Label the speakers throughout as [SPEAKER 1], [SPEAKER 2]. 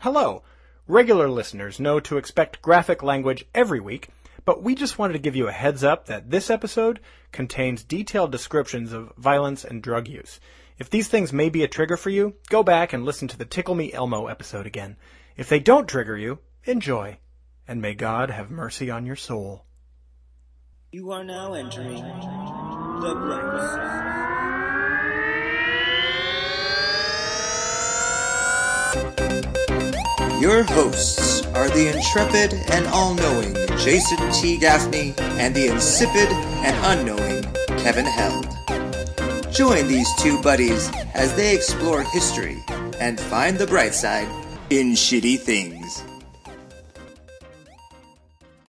[SPEAKER 1] Hello! Regular listeners know to expect graphic language every week, but we just wanted to give you a heads up that this episode contains detailed descriptions of violence and drug use. If these things may be a trigger for you, go back and listen to the Tickle Me Elmo episode again. If they don't trigger you, enjoy. And may God have mercy on your soul.
[SPEAKER 2] You are now entering the blanks.
[SPEAKER 3] Your hosts are the intrepid and all knowing Jason T. Gaffney and the insipid and unknowing Kevin Held. Join these two buddies as they explore history and find the bright side in shitty things.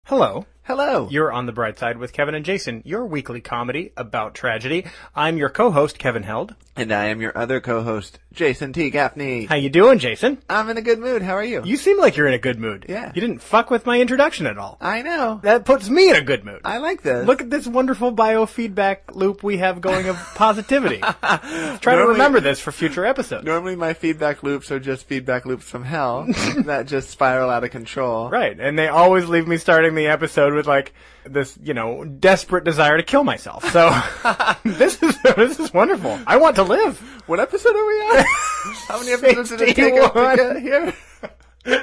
[SPEAKER 1] Hello.
[SPEAKER 4] Hello.
[SPEAKER 1] You're on the bright side with Kevin and Jason, your weekly comedy about tragedy. I'm your co-host, Kevin Held.
[SPEAKER 4] and I am your other co-host, Jason T. Gaffney.
[SPEAKER 1] How you doing, Jason?
[SPEAKER 4] I'm in a good mood. How are you?
[SPEAKER 1] You seem like you're in a good mood.
[SPEAKER 4] Yeah.
[SPEAKER 1] You didn't fuck with my introduction at all.
[SPEAKER 4] I know.
[SPEAKER 1] That puts me in a good mood.
[SPEAKER 4] I like this.
[SPEAKER 1] Look at this wonderful biofeedback loop we have going of positivity. Try to
[SPEAKER 4] Normally-
[SPEAKER 1] remember this for future episodes.
[SPEAKER 4] Normally my feedback loops are just feedback loops from hell that just spiral out of control.
[SPEAKER 1] Right, and they always leave me starting the episode with like this, you know, desperate desire to kill myself. So this is this is wonderful. I want to live.
[SPEAKER 4] What episode are we on? How many episodes did it take us to
[SPEAKER 1] 61.
[SPEAKER 4] get here?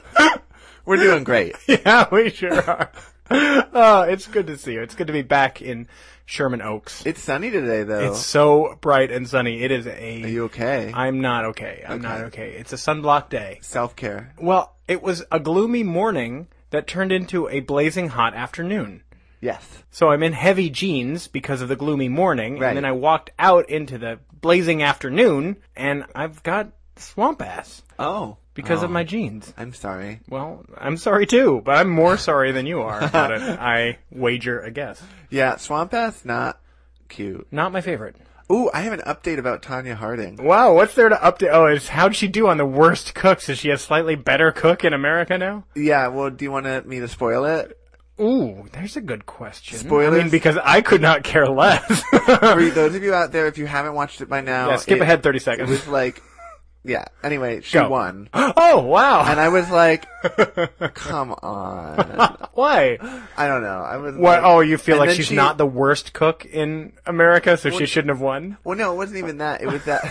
[SPEAKER 4] We're doing great.
[SPEAKER 1] Yeah, we sure are. Oh, it's good to see you. It's good to be back in Sherman Oaks.
[SPEAKER 4] It's sunny today though.
[SPEAKER 1] It's so bright and sunny. It is
[SPEAKER 4] Are
[SPEAKER 1] a.
[SPEAKER 4] you okay?
[SPEAKER 1] I'm not okay. I'm not okay. It's a sunblock day.
[SPEAKER 4] Self-care.
[SPEAKER 1] Well, it was a gloomy morning that turned into a blazing hot afternoon.
[SPEAKER 4] Yes.
[SPEAKER 1] So I'm in heavy jeans because of the gloomy morning,
[SPEAKER 4] Right.
[SPEAKER 1] and then I walked out into the blazing afternoon, and I've got swamp ass
[SPEAKER 4] Oh.
[SPEAKER 1] because of my jeans.
[SPEAKER 4] I'm sorry.
[SPEAKER 1] Well, I'm sorry too, but I'm more sorry than you are about it. I wager a guess.
[SPEAKER 4] Yeah, swamp ass not cute.
[SPEAKER 1] Not my favorite.
[SPEAKER 4] Ooh, I have an update about Tanya Harding.
[SPEAKER 1] Wow, what's there to update? Oh, it's how'd she do on the worst cooks? Is she a slightly better cook in America now?
[SPEAKER 4] Yeah, well, do you want me to spoil it?
[SPEAKER 1] Ooh, there's a good question. I mean,
[SPEAKER 4] Spoilers?
[SPEAKER 1] because I could not care less.
[SPEAKER 4] For those of you out there, if you haven't watched it by now,
[SPEAKER 1] Oh, Yeah, skip
[SPEAKER 4] it-
[SPEAKER 1] ahead 30
[SPEAKER 4] It
[SPEAKER 1] seconds.
[SPEAKER 4] was like, yeah. Anyway, she
[SPEAKER 1] Go.
[SPEAKER 4] won,
[SPEAKER 1] oh, wow.
[SPEAKER 4] and I was like, come on.
[SPEAKER 1] Why?
[SPEAKER 4] I don't know. I was
[SPEAKER 1] What?
[SPEAKER 4] Like,
[SPEAKER 1] Oh, you feel
[SPEAKER 4] and
[SPEAKER 1] like
[SPEAKER 4] then
[SPEAKER 1] she's
[SPEAKER 4] she-
[SPEAKER 1] not the worst cook in America, so she shouldn't have won.
[SPEAKER 4] Well, no, it
[SPEAKER 1] Oh.
[SPEAKER 4] wasn't even that. It was that.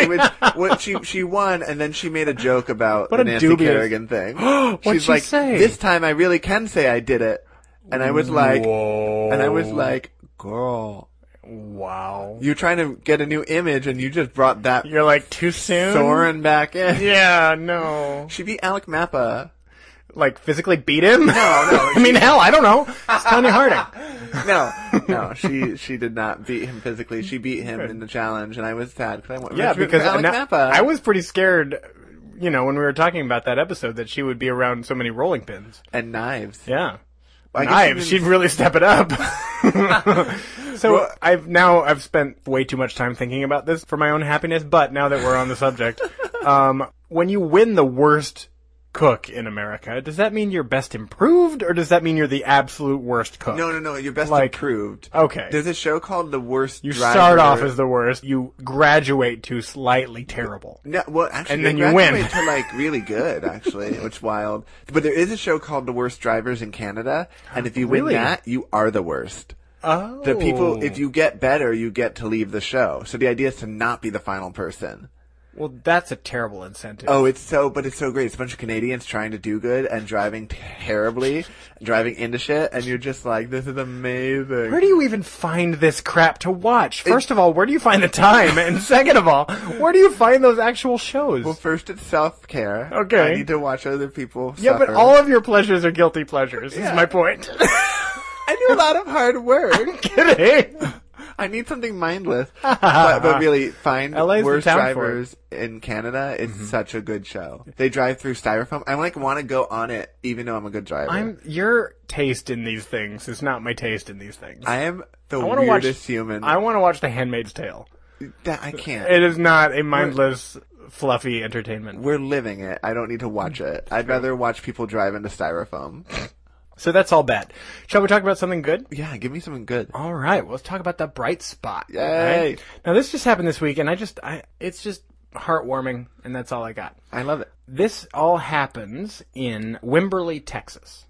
[SPEAKER 4] it was, what she she won, and then she made a joke about
[SPEAKER 1] What
[SPEAKER 4] the
[SPEAKER 1] a
[SPEAKER 4] Nancy
[SPEAKER 1] dubious-
[SPEAKER 4] Kerrigan thing.
[SPEAKER 1] What'd
[SPEAKER 4] She's
[SPEAKER 1] she
[SPEAKER 4] like,
[SPEAKER 1] say?
[SPEAKER 4] this time I really can say I did it, and I was like,
[SPEAKER 1] Whoa.
[SPEAKER 4] and I was like, girl,
[SPEAKER 1] wow.
[SPEAKER 4] you're trying to get a new image, and you just brought that
[SPEAKER 1] You're like too soon.
[SPEAKER 4] Soren back in.
[SPEAKER 1] Yeah, no.
[SPEAKER 4] She beat Alec Mappa.
[SPEAKER 1] Like physically beat him? No, no.
[SPEAKER 4] no,
[SPEAKER 1] I mean, hell, I don't know. It's Tony Harding.
[SPEAKER 4] No, no, she she did not beat him physically. She beat him in the challenge, and I was sad because I went.
[SPEAKER 1] Yeah,
[SPEAKER 4] rooting
[SPEAKER 1] because
[SPEAKER 4] for Alec
[SPEAKER 1] now-
[SPEAKER 4] Mappa.
[SPEAKER 1] I was pretty scared. You know, when we were talking about that episode, that she would be around so many rolling pins.
[SPEAKER 4] and knives.
[SPEAKER 1] Yeah.
[SPEAKER 4] I guess
[SPEAKER 1] knives.
[SPEAKER 4] she
[SPEAKER 1] She'd really step it up. so
[SPEAKER 4] Well-
[SPEAKER 1] I've now I've spent way too much time thinking about this for my own happiness. But now that we're on the subject, um, when you win the worst cook in America, does that mean you're best improved, or does that mean you're the absolute worst cook?
[SPEAKER 4] No, no, no. Your best
[SPEAKER 1] Like-
[SPEAKER 4] improved.
[SPEAKER 1] Okay.
[SPEAKER 4] There's a show called The Worst.
[SPEAKER 1] you
[SPEAKER 4] Driver.
[SPEAKER 1] start off as the worst. You graduate to slightly terrible.
[SPEAKER 4] No, well, actually,
[SPEAKER 1] and
[SPEAKER 4] they
[SPEAKER 1] then you win.
[SPEAKER 4] graduate to like really good, actually, which is wild. But there is a show called The Worst Drivers in Canada, and if you win
[SPEAKER 1] Really?
[SPEAKER 4] that, you are the worst.
[SPEAKER 1] Oh.
[SPEAKER 4] The people, if you get better, you get to leave the show. So the idea is to not be the final person.
[SPEAKER 1] Oh. well, that's a terrible incentive.
[SPEAKER 4] Oh, it's so, but it's so great. It's a bunch of Canadians trying to do good and driving terribly, driving into shit, and you're just like, this is amazing.
[SPEAKER 1] Where do you even find this crap to watch? First of all, where do you find the time? And second of all, where do you find those actual shows?
[SPEAKER 4] well, first it's self care.
[SPEAKER 1] Okay.
[SPEAKER 4] I need to watch other people.
[SPEAKER 1] yeah, but
[SPEAKER 4] suffer.
[SPEAKER 1] all of your pleasures are guilty pleasures, is
[SPEAKER 4] Yeah.
[SPEAKER 1] my point.
[SPEAKER 4] I do a lot of hard work.
[SPEAKER 1] Kidding.
[SPEAKER 4] I need something mindless. but, but really, find
[SPEAKER 1] LA is the
[SPEAKER 4] worst
[SPEAKER 1] town for it. Mm-hmm.
[SPEAKER 4] drivers in Canada. It's such a good show. They drive through styrofoam. I like want to go on it, even though I'm a good driver.
[SPEAKER 1] I'm your taste in these things is not my taste in these things.
[SPEAKER 4] I am the
[SPEAKER 1] wanna watch-
[SPEAKER 4] weirdest human.
[SPEAKER 1] I want to watch The Handmaid's Tale.
[SPEAKER 4] that I can't.
[SPEAKER 1] It is not a mindless, fluffy entertainment.
[SPEAKER 4] We're living it. I don't need to watch
[SPEAKER 1] Mm,
[SPEAKER 4] it. I'd rather watch people drive into styrofoam.
[SPEAKER 1] So that's all bad. Shall we talk about something good?
[SPEAKER 4] Yeah, give me something good.
[SPEAKER 1] All right, well, let's talk about the bright spot.
[SPEAKER 4] Yay.
[SPEAKER 1] Now this just happened this week, and I just, I, it's just heartwarming, and that's all I got.
[SPEAKER 4] I love it.
[SPEAKER 1] This all happens in Wimberley, Texas.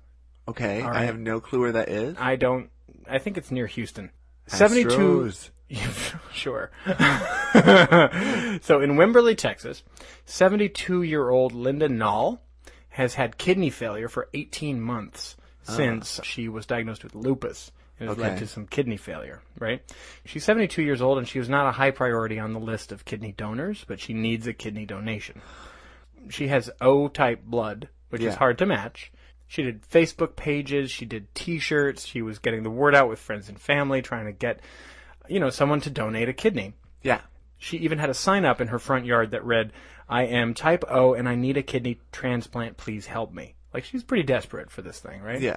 [SPEAKER 4] Okay,
[SPEAKER 1] All
[SPEAKER 4] I
[SPEAKER 1] right.
[SPEAKER 4] have no clue where that is.
[SPEAKER 1] I don't. I think it's near Houston.
[SPEAKER 4] Astros.
[SPEAKER 1] sure. so in Wimberley, Texas, 72 year old Linda Knoll has had kidney failure for 18 months since she was diagnosed with lupus. It has led
[SPEAKER 4] Okay.
[SPEAKER 1] to some kidney failure, right? She's 72 years old and she was not a high priority on the list of kidney donors, but she needs a kidney donation. She has O type blood, which is
[SPEAKER 4] Yeah.
[SPEAKER 1] hard to match. She did Facebook pages, she did t shirts, she was getting the word out with friends and family, trying to get, you know, someone to donate a kidney.
[SPEAKER 4] Yeah.
[SPEAKER 1] She even had a sign up in her front yard that read, I am type O and I need a kidney transplant. Please help me. Like, she's pretty desperate for this thing, right?
[SPEAKER 4] Yeah.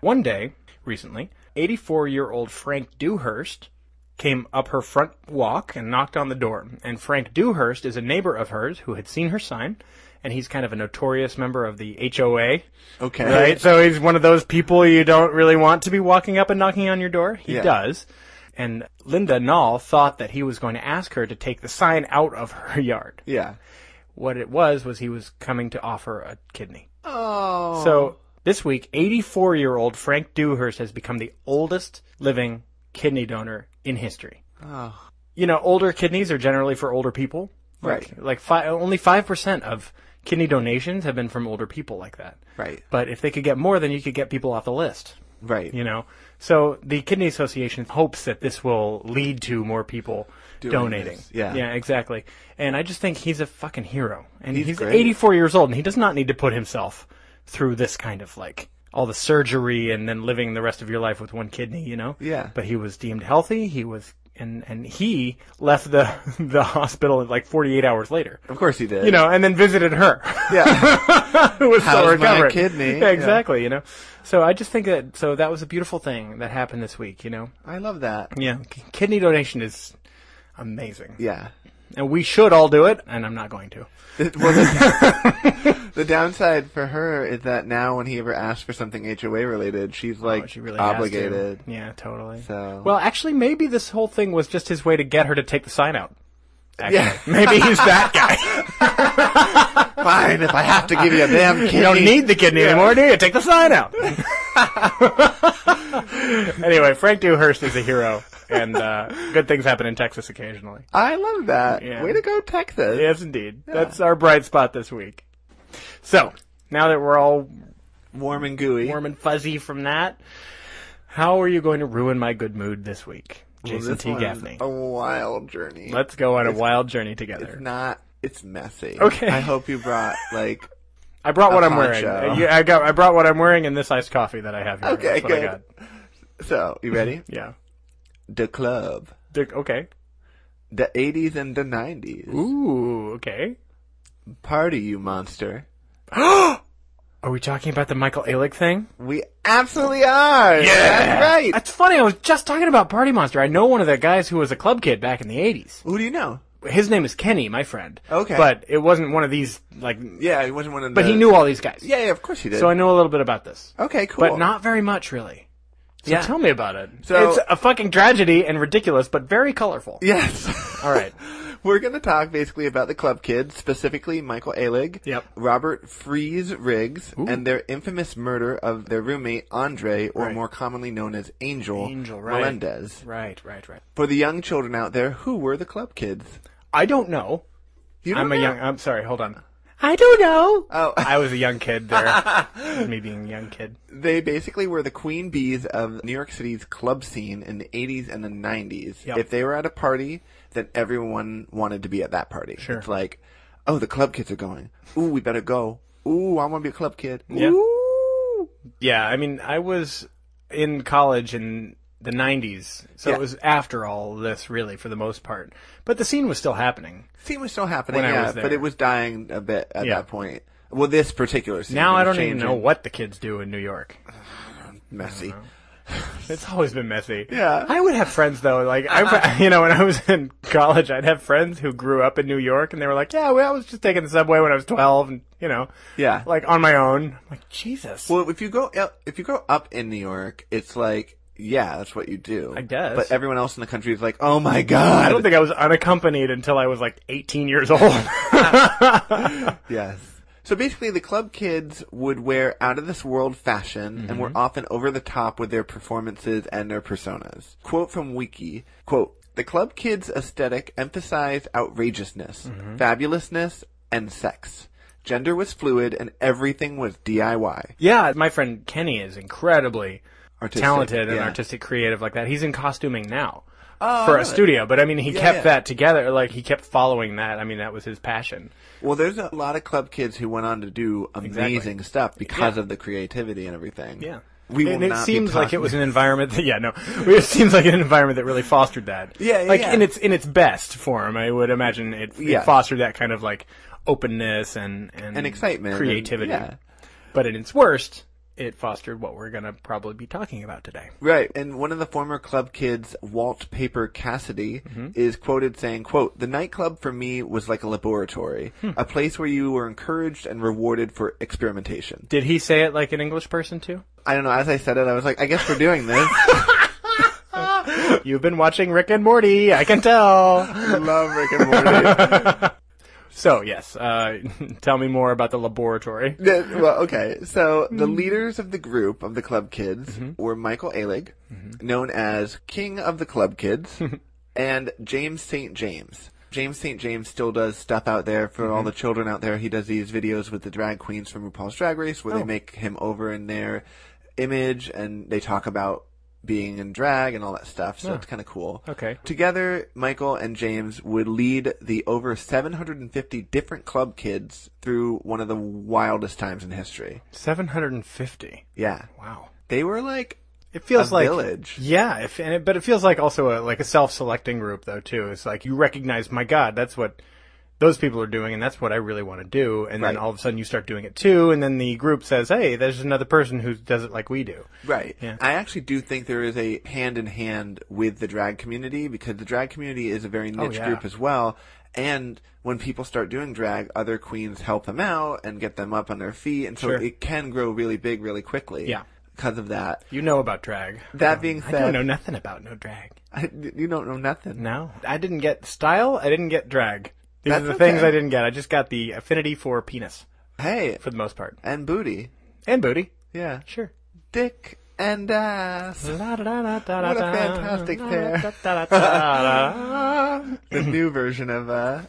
[SPEAKER 1] One day, recently, 84 year old Frank Dewhurst came up her front walk and knocked on the door. And Frank Dewhurst is a neighbor of hers who had seen her sign, and he's kind of a notorious member of the HOA
[SPEAKER 4] Okay.
[SPEAKER 1] right? So he's one of those people you don't really want to be walking up and knocking on your door. He
[SPEAKER 4] Yeah.
[SPEAKER 1] does. And Linda Knoll thought that he was going to ask her to take the sign out of her yard.
[SPEAKER 4] Yeah.
[SPEAKER 1] What it was was he was coming to offer a kidney.
[SPEAKER 4] Oh.
[SPEAKER 1] So this week, 84 year old Frank Dewhurst has become the oldest living kidney donor in history.
[SPEAKER 4] Oh.
[SPEAKER 1] You know, older kidneys are generally for older people. Like-
[SPEAKER 4] Right.
[SPEAKER 1] Like fi- only 5% of kidney donations have been from older people like that.
[SPEAKER 4] Right.
[SPEAKER 1] But if they could get more, then you could get people off the list.
[SPEAKER 4] Right.
[SPEAKER 1] You know, so the Kidney Association hopes that this will lead to more people donating.
[SPEAKER 4] this, yeah.
[SPEAKER 1] yeah, exactly. And I just think he's a fucking hero, and he's,
[SPEAKER 4] He's great.
[SPEAKER 1] 84 years old, and he does not need to put himself through this kind of like all the surgery and then living the rest of your life with one kidney. You know.
[SPEAKER 4] Yeah.
[SPEAKER 1] But he was deemed healthy. He was, and and he left the the hospital like 48 hours later.
[SPEAKER 4] Of course he did.
[SPEAKER 1] You know, and then visited her.
[SPEAKER 4] Yeah.
[SPEAKER 1] who was still
[SPEAKER 4] How's my
[SPEAKER 1] recovering.
[SPEAKER 4] kidney?
[SPEAKER 1] Yeah, exactly. You know, so I just think that so that was a beautiful thing that happened this week. You know,
[SPEAKER 4] I love that.
[SPEAKER 1] yeah, K- kidney donation is amazing,
[SPEAKER 4] Yeah.
[SPEAKER 1] and we should all do it. And I'm not going to.
[SPEAKER 4] It- well, the, the downside for her is that now when he ever asks for something HOA related, she's like
[SPEAKER 1] But Oh, she really has to.
[SPEAKER 4] obligated.
[SPEAKER 1] Yeah, totally.
[SPEAKER 4] So-
[SPEAKER 1] Well, actually, maybe this whole thing was just his way to get her to take the sign out. Actually,
[SPEAKER 4] Yeah.
[SPEAKER 1] maybe he's that guy.
[SPEAKER 4] Fine, if I have to give you a damn kidney.
[SPEAKER 1] you don't need the kidney anymore, do you? Take the sign out. anyway, Frank Dewhurst is a hero, and uh, good things happen in Texas occasionally.
[SPEAKER 4] I love that.
[SPEAKER 1] Yeah.
[SPEAKER 4] Way to go, Texas.
[SPEAKER 1] Yes, indeed. That's our bright spot this week. So, now that we're all
[SPEAKER 4] Warm and gooey.
[SPEAKER 1] warm and fuzzy from that, how are you going to ruin my good mood this week,
[SPEAKER 4] Well,
[SPEAKER 1] Jason
[SPEAKER 4] this
[SPEAKER 1] T.
[SPEAKER 4] one's
[SPEAKER 1] Gaffney?
[SPEAKER 4] A wild journey.
[SPEAKER 1] Let's go on a wild journey together.
[SPEAKER 4] not. It's messy.
[SPEAKER 1] Okay.
[SPEAKER 4] I hope you brought like.
[SPEAKER 1] I brought what
[SPEAKER 4] a
[SPEAKER 1] I'm wearing.
[SPEAKER 4] poncho.
[SPEAKER 1] Uh, you- I got. I brought what I'm wearing and this iced coffee that I have here.
[SPEAKER 4] Okay,
[SPEAKER 1] That's what I
[SPEAKER 4] good.
[SPEAKER 1] got.
[SPEAKER 4] So you ready?
[SPEAKER 1] Yeah.
[SPEAKER 4] the club,
[SPEAKER 1] Dick- Okay.
[SPEAKER 4] the '80s and the '90s.
[SPEAKER 1] Ooh. Okay.
[SPEAKER 4] Party, you monster.
[SPEAKER 1] Are we talking about the Michael Alick thing?
[SPEAKER 4] We absolutely are. Yeah. That's right.
[SPEAKER 1] That's funny. I was just talking about Party Monster. I know one of the guys who was a club kid back in the '80s.
[SPEAKER 4] Who do you know?
[SPEAKER 1] his name is Kenny, my friend.
[SPEAKER 4] Okay.
[SPEAKER 1] But it wasn't one of these like
[SPEAKER 4] Yeah, he wasn't one of.
[SPEAKER 1] but
[SPEAKER 4] the-
[SPEAKER 1] he knew all these guys.
[SPEAKER 4] Yeah, yeah, of course he did.
[SPEAKER 1] So I know a little bit about this.
[SPEAKER 4] okay, cool.
[SPEAKER 1] But not very much really. So
[SPEAKER 4] Yeah.
[SPEAKER 1] tell me about it.
[SPEAKER 4] So-
[SPEAKER 1] it's a fucking tragedy and ridiculous, but very colorful.
[SPEAKER 4] Yes.
[SPEAKER 1] All right.
[SPEAKER 4] We're going to talk basically about the club kids, specifically Michael Alig,
[SPEAKER 1] Yep.
[SPEAKER 4] Robert Freeze Riggs, and their infamous murder of their roommate Andre, or
[SPEAKER 1] Right.
[SPEAKER 4] more commonly known as Angel,
[SPEAKER 1] Angel, right.
[SPEAKER 4] Melendez.
[SPEAKER 1] Right, right, right.
[SPEAKER 4] For the young children out there, who were the club kids?
[SPEAKER 1] I don't know.
[SPEAKER 4] You
[SPEAKER 1] I'm
[SPEAKER 4] don't
[SPEAKER 1] a
[SPEAKER 4] know?
[SPEAKER 1] young I'm sorry, hold on. I don't know.
[SPEAKER 4] Oh.
[SPEAKER 1] I was a young kid there. me being a young kid.
[SPEAKER 4] They basically were the queen bees of New York City's club scene in the 80s and the 90s.
[SPEAKER 1] Yep.
[SPEAKER 4] If they were at a party, then everyone wanted to be at that party.
[SPEAKER 1] Sure.
[SPEAKER 4] It's like, oh, the club kids are going. Ooh, we better go. Ooh, I want to be a club kid.
[SPEAKER 1] Yeah.
[SPEAKER 4] Ooh.
[SPEAKER 1] Yeah, I mean, I was in college in the 90s. So
[SPEAKER 4] Yeah.
[SPEAKER 1] it was after all this really for the most part. But the scene was still happening.
[SPEAKER 4] scene was still happening,
[SPEAKER 1] When I
[SPEAKER 4] yeah,
[SPEAKER 1] was there.
[SPEAKER 4] but it was dying a bit at
[SPEAKER 1] Yeah.
[SPEAKER 4] that point. Well, this particular scene.
[SPEAKER 1] Now
[SPEAKER 4] it
[SPEAKER 1] I
[SPEAKER 4] was
[SPEAKER 1] don't even
[SPEAKER 4] changing.
[SPEAKER 1] know what the kids do in New York.
[SPEAKER 4] Messy.
[SPEAKER 1] It's always been messy.
[SPEAKER 4] Yeah.
[SPEAKER 1] I would have friends though. Like I, you know, when I was in college, I'd have friends who grew up in New York, and they were like, "Yeah, well, I was just taking the subway when I was 12, and you know,
[SPEAKER 4] Yeah.
[SPEAKER 1] like on my own." I'm like Jesus.
[SPEAKER 4] uh, Well, if you go el- if you go up in New York, it's like yeah, that's what you do.
[SPEAKER 1] I guess.
[SPEAKER 4] But everyone else in the country is like, oh my god.
[SPEAKER 1] I don't think I was unaccompanied until I was like 18 years old.
[SPEAKER 4] Yes. So basically, the club kids would wear out of this world fashion
[SPEAKER 1] Mm-hmm.
[SPEAKER 4] and were often over the top with their performances and their personas. Quote from Wiki, quote, the club kids aesthetic emphasized outrageousness,
[SPEAKER 1] Mm-hmm.
[SPEAKER 4] fabulousness, and sex. Gender was fluid and everything was DIY.
[SPEAKER 1] yeah, my friend Kenny is incredibly
[SPEAKER 4] Artistic,
[SPEAKER 1] talented and
[SPEAKER 4] yeah.
[SPEAKER 1] artistic creative like that. He's in costuming now.
[SPEAKER 4] Oh,
[SPEAKER 1] for
[SPEAKER 4] I
[SPEAKER 1] a
[SPEAKER 4] know that.
[SPEAKER 1] studio, but I mean, he kept
[SPEAKER 4] yeah.
[SPEAKER 1] that together. Like he kept following that. I mean, that was his passion.
[SPEAKER 4] Well, there's a lot of club kids who went on to do amazing
[SPEAKER 1] Exactly.
[SPEAKER 4] stuff because
[SPEAKER 1] Yeah.
[SPEAKER 4] of the creativity and everything.
[SPEAKER 1] Yeah.
[SPEAKER 4] We will
[SPEAKER 1] and it
[SPEAKER 4] not be
[SPEAKER 1] seems like it
[SPEAKER 4] talking-
[SPEAKER 1] was an environment that yeah no it seems like an environment that really fostered that
[SPEAKER 4] Yeah, yeah,
[SPEAKER 1] like
[SPEAKER 4] yeah.
[SPEAKER 1] in its in its best form I would imagine it, it
[SPEAKER 4] Yeah.
[SPEAKER 1] fostered that kind of like openness and and,
[SPEAKER 4] and excitement, and-
[SPEAKER 1] creativity
[SPEAKER 4] yeah.
[SPEAKER 1] but in its worst it fostered what we're gonna probably be talking about today
[SPEAKER 4] Right. And one of the former club kids, Walt Paper Cassidy, is quoted saying, quote, the nightclub for me was like a laboratory, a place where you were encouraged and rewarded for experimentation.
[SPEAKER 1] did he say it like an English person too
[SPEAKER 4] I don't know. As I said it, I was like, I guess we're doing this.
[SPEAKER 1] you've been watching Rick and Morty I can tell
[SPEAKER 4] I love Rick and Morty.
[SPEAKER 1] so yes uh, tell me more about the laboratory
[SPEAKER 4] Yeah, well, okay. So the leaders of the group of the club kids were Michael Alig, known as King of the Club Kids, and James St. James. James St. James still does stuff out there for all the children out there. He does these videos with the drag queens from RuPaul's Drag Race where they make him over in their image and they talk about being in drag and all that stuff. So it's kind of cool.
[SPEAKER 1] okay
[SPEAKER 4] Together, Michael and James would lead the over 750 different club kids through one of the wildest times in history.
[SPEAKER 1] seven hundred and fifty
[SPEAKER 4] Yeah.
[SPEAKER 1] wow.
[SPEAKER 4] They were like,
[SPEAKER 1] It feels
[SPEAKER 4] A
[SPEAKER 1] like
[SPEAKER 4] village.
[SPEAKER 1] Yeah, if, and it, but it feels like also a, like a self-selecting group though too. It's like you recognize, my God, that's what those people are doing, and that's what I really want to do. And then
[SPEAKER 4] Right.
[SPEAKER 1] all of a sudden you start doing it too, and then the group says, Hey, there's another person who does it like we do.
[SPEAKER 4] right.
[SPEAKER 1] Yeah.
[SPEAKER 4] I actually do think there is a hand in hand with the drag community because the drag community is a very niche
[SPEAKER 1] Oh, yeah.
[SPEAKER 4] group as well. And when people start doing drag, other queens help them out and get them up on their feet. And so
[SPEAKER 1] Sure.
[SPEAKER 4] it can grow really big really quickly.
[SPEAKER 1] Yeah.
[SPEAKER 4] Because of that.
[SPEAKER 1] You know about drag.
[SPEAKER 4] That being
[SPEAKER 1] I don't
[SPEAKER 4] said,
[SPEAKER 1] know nothing about no drag.
[SPEAKER 4] I- you don't know nothing.
[SPEAKER 1] No, I didn't get style. I didn't get drag. These
[SPEAKER 4] That's
[SPEAKER 1] are the
[SPEAKER 4] okay.
[SPEAKER 1] things I didn't get. I just got the affinity for penis
[SPEAKER 4] Hey,
[SPEAKER 1] for the most part,
[SPEAKER 4] and booty.
[SPEAKER 1] and booty.
[SPEAKER 4] Yeah.
[SPEAKER 1] Sure.
[SPEAKER 4] Dick and ass.
[SPEAKER 1] what a
[SPEAKER 4] What a fantastic pair. the new version of uh,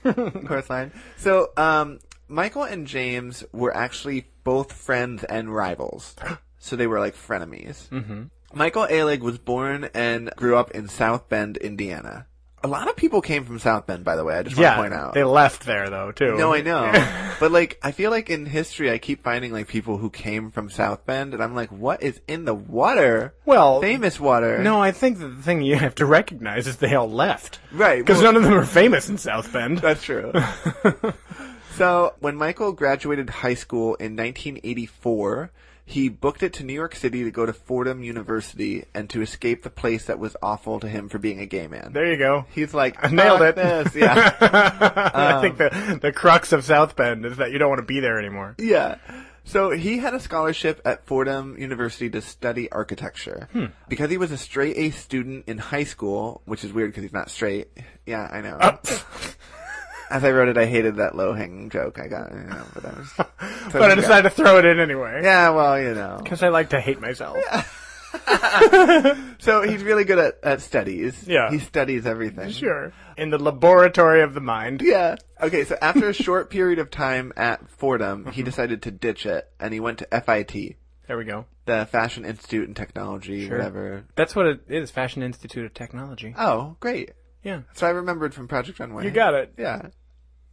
[SPEAKER 4] Chorus Line. So, um, Michael and James were actually both friends and rivals. So they were like frenemies. Mm-hmm. Michael Alig was born and grew up in South Bend, Indiana. A lot of people came from South Bend, by the way. I just
[SPEAKER 1] Yeah,
[SPEAKER 4] want to point out.
[SPEAKER 1] they left there though too.
[SPEAKER 4] No, I know. but like, I feel like in history, I keep finding like people who came from South Bend, and I'm like, what is in the water?
[SPEAKER 1] Well,
[SPEAKER 4] famous water.
[SPEAKER 1] no, I think that the thing you have to recognize is they all left
[SPEAKER 4] right?
[SPEAKER 1] because
[SPEAKER 4] well,
[SPEAKER 1] none of them are famous in South Bend.
[SPEAKER 4] that's true. so when Michael graduated high school in 1984, he booked it to New York City to go to Fordham University and to escape the place that was awful to him for being a gay man.
[SPEAKER 1] There you go.
[SPEAKER 4] He's like,
[SPEAKER 1] I nailed
[SPEAKER 4] "Fuck
[SPEAKER 1] it.
[SPEAKER 4] This. Yeah. Um,
[SPEAKER 1] I think the the crux of South Bend is that you don't want to be there anymore.
[SPEAKER 4] Yeah. So he had a scholarship at Fordham University to study architecture.
[SPEAKER 1] Hmm.
[SPEAKER 4] Because he was a straight A student in high school, which is weird because he's not straight. Yeah, I know.
[SPEAKER 1] Oh.
[SPEAKER 4] As I wrote it, I hated that low hanging joke I got. You know, but I was,
[SPEAKER 1] But I decided to throw it in anyway
[SPEAKER 4] Yeah, well, you know.
[SPEAKER 1] because I like to hate myself.
[SPEAKER 4] So he's really good at, at studies.
[SPEAKER 1] Yeah.
[SPEAKER 4] He studies everything.
[SPEAKER 1] Sure, in the laboratory of the mind.
[SPEAKER 4] Yeah. Okay, so after a short period of time at Fordham,
[SPEAKER 1] Mm-hmm.
[SPEAKER 4] he decided to ditch it and he went to FIT,
[SPEAKER 1] There we go.
[SPEAKER 4] the Fashion Institute and Technology, whatever.
[SPEAKER 1] That's what it is. Fashion Institute of Technology.
[SPEAKER 4] Oh, great.
[SPEAKER 1] Yeah,
[SPEAKER 4] So I remembered from Project Runway.
[SPEAKER 1] you got it.
[SPEAKER 4] Yeah.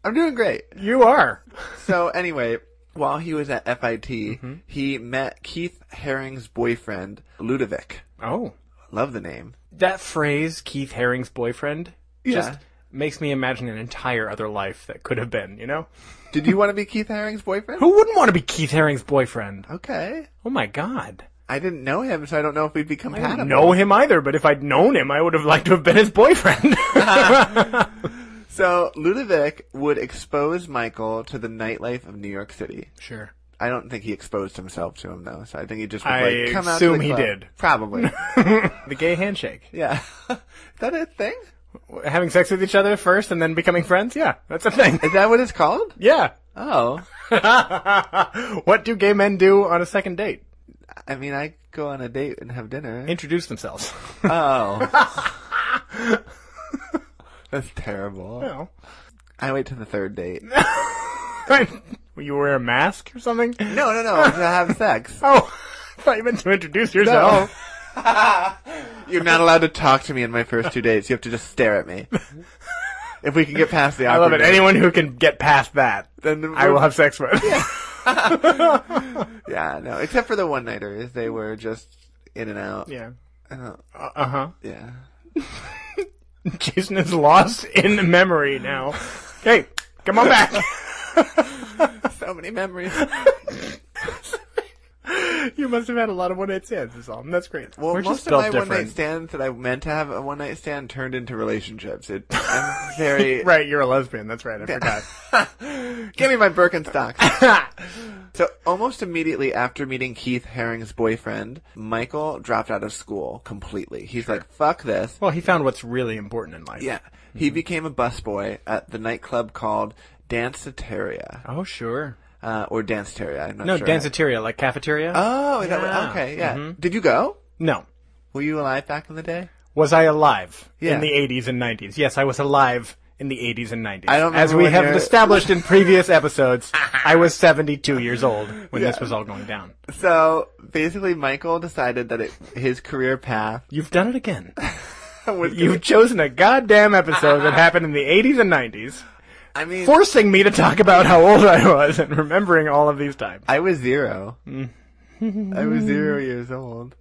[SPEAKER 4] I'm doing great.
[SPEAKER 1] You are.
[SPEAKER 4] So anyway, while he was at FIT,
[SPEAKER 1] Mm-hmm.
[SPEAKER 4] he met Keith Haring's boyfriend, Ludovic.
[SPEAKER 1] Oh,
[SPEAKER 4] Love the name.
[SPEAKER 1] that phrase, Keith Haring's boyfriend.
[SPEAKER 4] Yeah.
[SPEAKER 1] Just makes me imagine an entire other life that could have been, you know?
[SPEAKER 4] Did you want to be Keith Haring's boyfriend?
[SPEAKER 1] Who wouldn't want to be Keith Haring's boyfriend?
[SPEAKER 4] Okay.
[SPEAKER 1] Oh my god.
[SPEAKER 4] I didn't know him, so I don't know if we'd be
[SPEAKER 1] I
[SPEAKER 4] compatible.
[SPEAKER 1] didn't know him either, but if I'd known him, I would have liked to have been his boyfriend.
[SPEAKER 4] So Ludovic would expose Michael to the nightlife of New York City.
[SPEAKER 1] sure.
[SPEAKER 4] I don't think he exposed himself to him though. So I think he just was
[SPEAKER 1] I
[SPEAKER 4] like, "Come out." to
[SPEAKER 1] assume
[SPEAKER 4] the
[SPEAKER 1] he
[SPEAKER 4] club."
[SPEAKER 1] did.
[SPEAKER 4] Probably.
[SPEAKER 1] the gay handshake.
[SPEAKER 4] yeah. Is that a thing?
[SPEAKER 1] Having sex with each other first and then becoming friends? Yeah, that's a thing.
[SPEAKER 4] Is that what it's called?
[SPEAKER 1] yeah.
[SPEAKER 4] Oh.
[SPEAKER 1] what do gay men do on a second date?
[SPEAKER 4] I mean, I go on a date and have dinner.
[SPEAKER 1] Introduce themselves.
[SPEAKER 4] Oh. That's terrible.
[SPEAKER 1] well,
[SPEAKER 4] I wait to the third date.
[SPEAKER 1] will you wear a mask or something?
[SPEAKER 4] No, no, no. to have sex.
[SPEAKER 1] Oh, I thought you meant to introduce yourself.
[SPEAKER 4] You're not allowed to talk to me in my first two dates. You have to just stare at me. If we can get past the
[SPEAKER 1] I love
[SPEAKER 4] awkward
[SPEAKER 1] it. Anyone who can get past that,
[SPEAKER 4] Then the-
[SPEAKER 1] I will have sex with.
[SPEAKER 4] Yeah, no. Except for the one nighters. They were just in and out.
[SPEAKER 1] yeah.
[SPEAKER 4] I don't-
[SPEAKER 1] Uh huh.
[SPEAKER 4] yeah.
[SPEAKER 1] Jason is lost in memory now. Hey, come on back.
[SPEAKER 4] So many memories.
[SPEAKER 1] you must have had a lot of one night stands this all. That's great.
[SPEAKER 4] Well,
[SPEAKER 1] We're
[SPEAKER 4] most
[SPEAKER 1] just
[SPEAKER 4] of my
[SPEAKER 1] built
[SPEAKER 4] one night
[SPEAKER 1] different.
[SPEAKER 4] stands that I meant to have a one night stand turned into relationships. It, I'm very
[SPEAKER 1] Right, you're a lesbian. That's right. I forgot.
[SPEAKER 4] Give me my Birkenstocks. so almost immediately after meeting Keith Haring's boyfriend, Michael dropped out of school completely. He's like, "Fuck this."
[SPEAKER 1] well, he found what's really important in life.
[SPEAKER 4] Yeah, he
[SPEAKER 1] Mm-hmm.
[SPEAKER 4] became a busboy at the nightclub called Danceteria
[SPEAKER 1] Oh, sure.
[SPEAKER 4] uh, or Danceteria. I'm not
[SPEAKER 1] No,
[SPEAKER 4] sure.
[SPEAKER 1] danceteria, like cafeteria?
[SPEAKER 4] Oh, is that what-
[SPEAKER 1] Yeah. Mm-hmm.
[SPEAKER 4] okay. Yeah. Did you go?
[SPEAKER 1] no.
[SPEAKER 4] Were you alive back in the day?
[SPEAKER 1] Was I alive
[SPEAKER 4] Yeah.
[SPEAKER 1] in the 80s and 90s? Yes, I was alive in the 80s and 90s.
[SPEAKER 4] I don't
[SPEAKER 1] As
[SPEAKER 4] remember
[SPEAKER 1] we
[SPEAKER 4] when
[SPEAKER 1] have
[SPEAKER 4] you're-
[SPEAKER 1] established in previous episodes, I was 72 years old when this was all going down.
[SPEAKER 4] So basically, Michael decided that it, his career path
[SPEAKER 1] You've done it again.
[SPEAKER 4] was.
[SPEAKER 1] You've chosen a goddamn episode that happened in the 80s and 90s,
[SPEAKER 4] I mean,
[SPEAKER 1] forcing me to talk about how old I was and remembering all of these times.
[SPEAKER 4] I was zero.
[SPEAKER 1] Mm.
[SPEAKER 4] I was zero years old.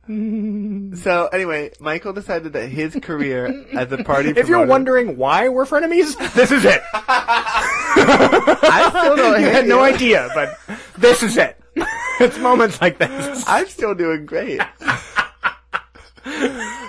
[SPEAKER 4] so anyway, Michael decided that his career as a party
[SPEAKER 1] If you're
[SPEAKER 4] promoter-
[SPEAKER 1] wondering why we're frenemies, this is it.
[SPEAKER 4] I still don't
[SPEAKER 1] You
[SPEAKER 4] hate
[SPEAKER 1] had no
[SPEAKER 4] you.
[SPEAKER 1] idea, but this is it. it's moments like this.
[SPEAKER 4] I'm still doing great.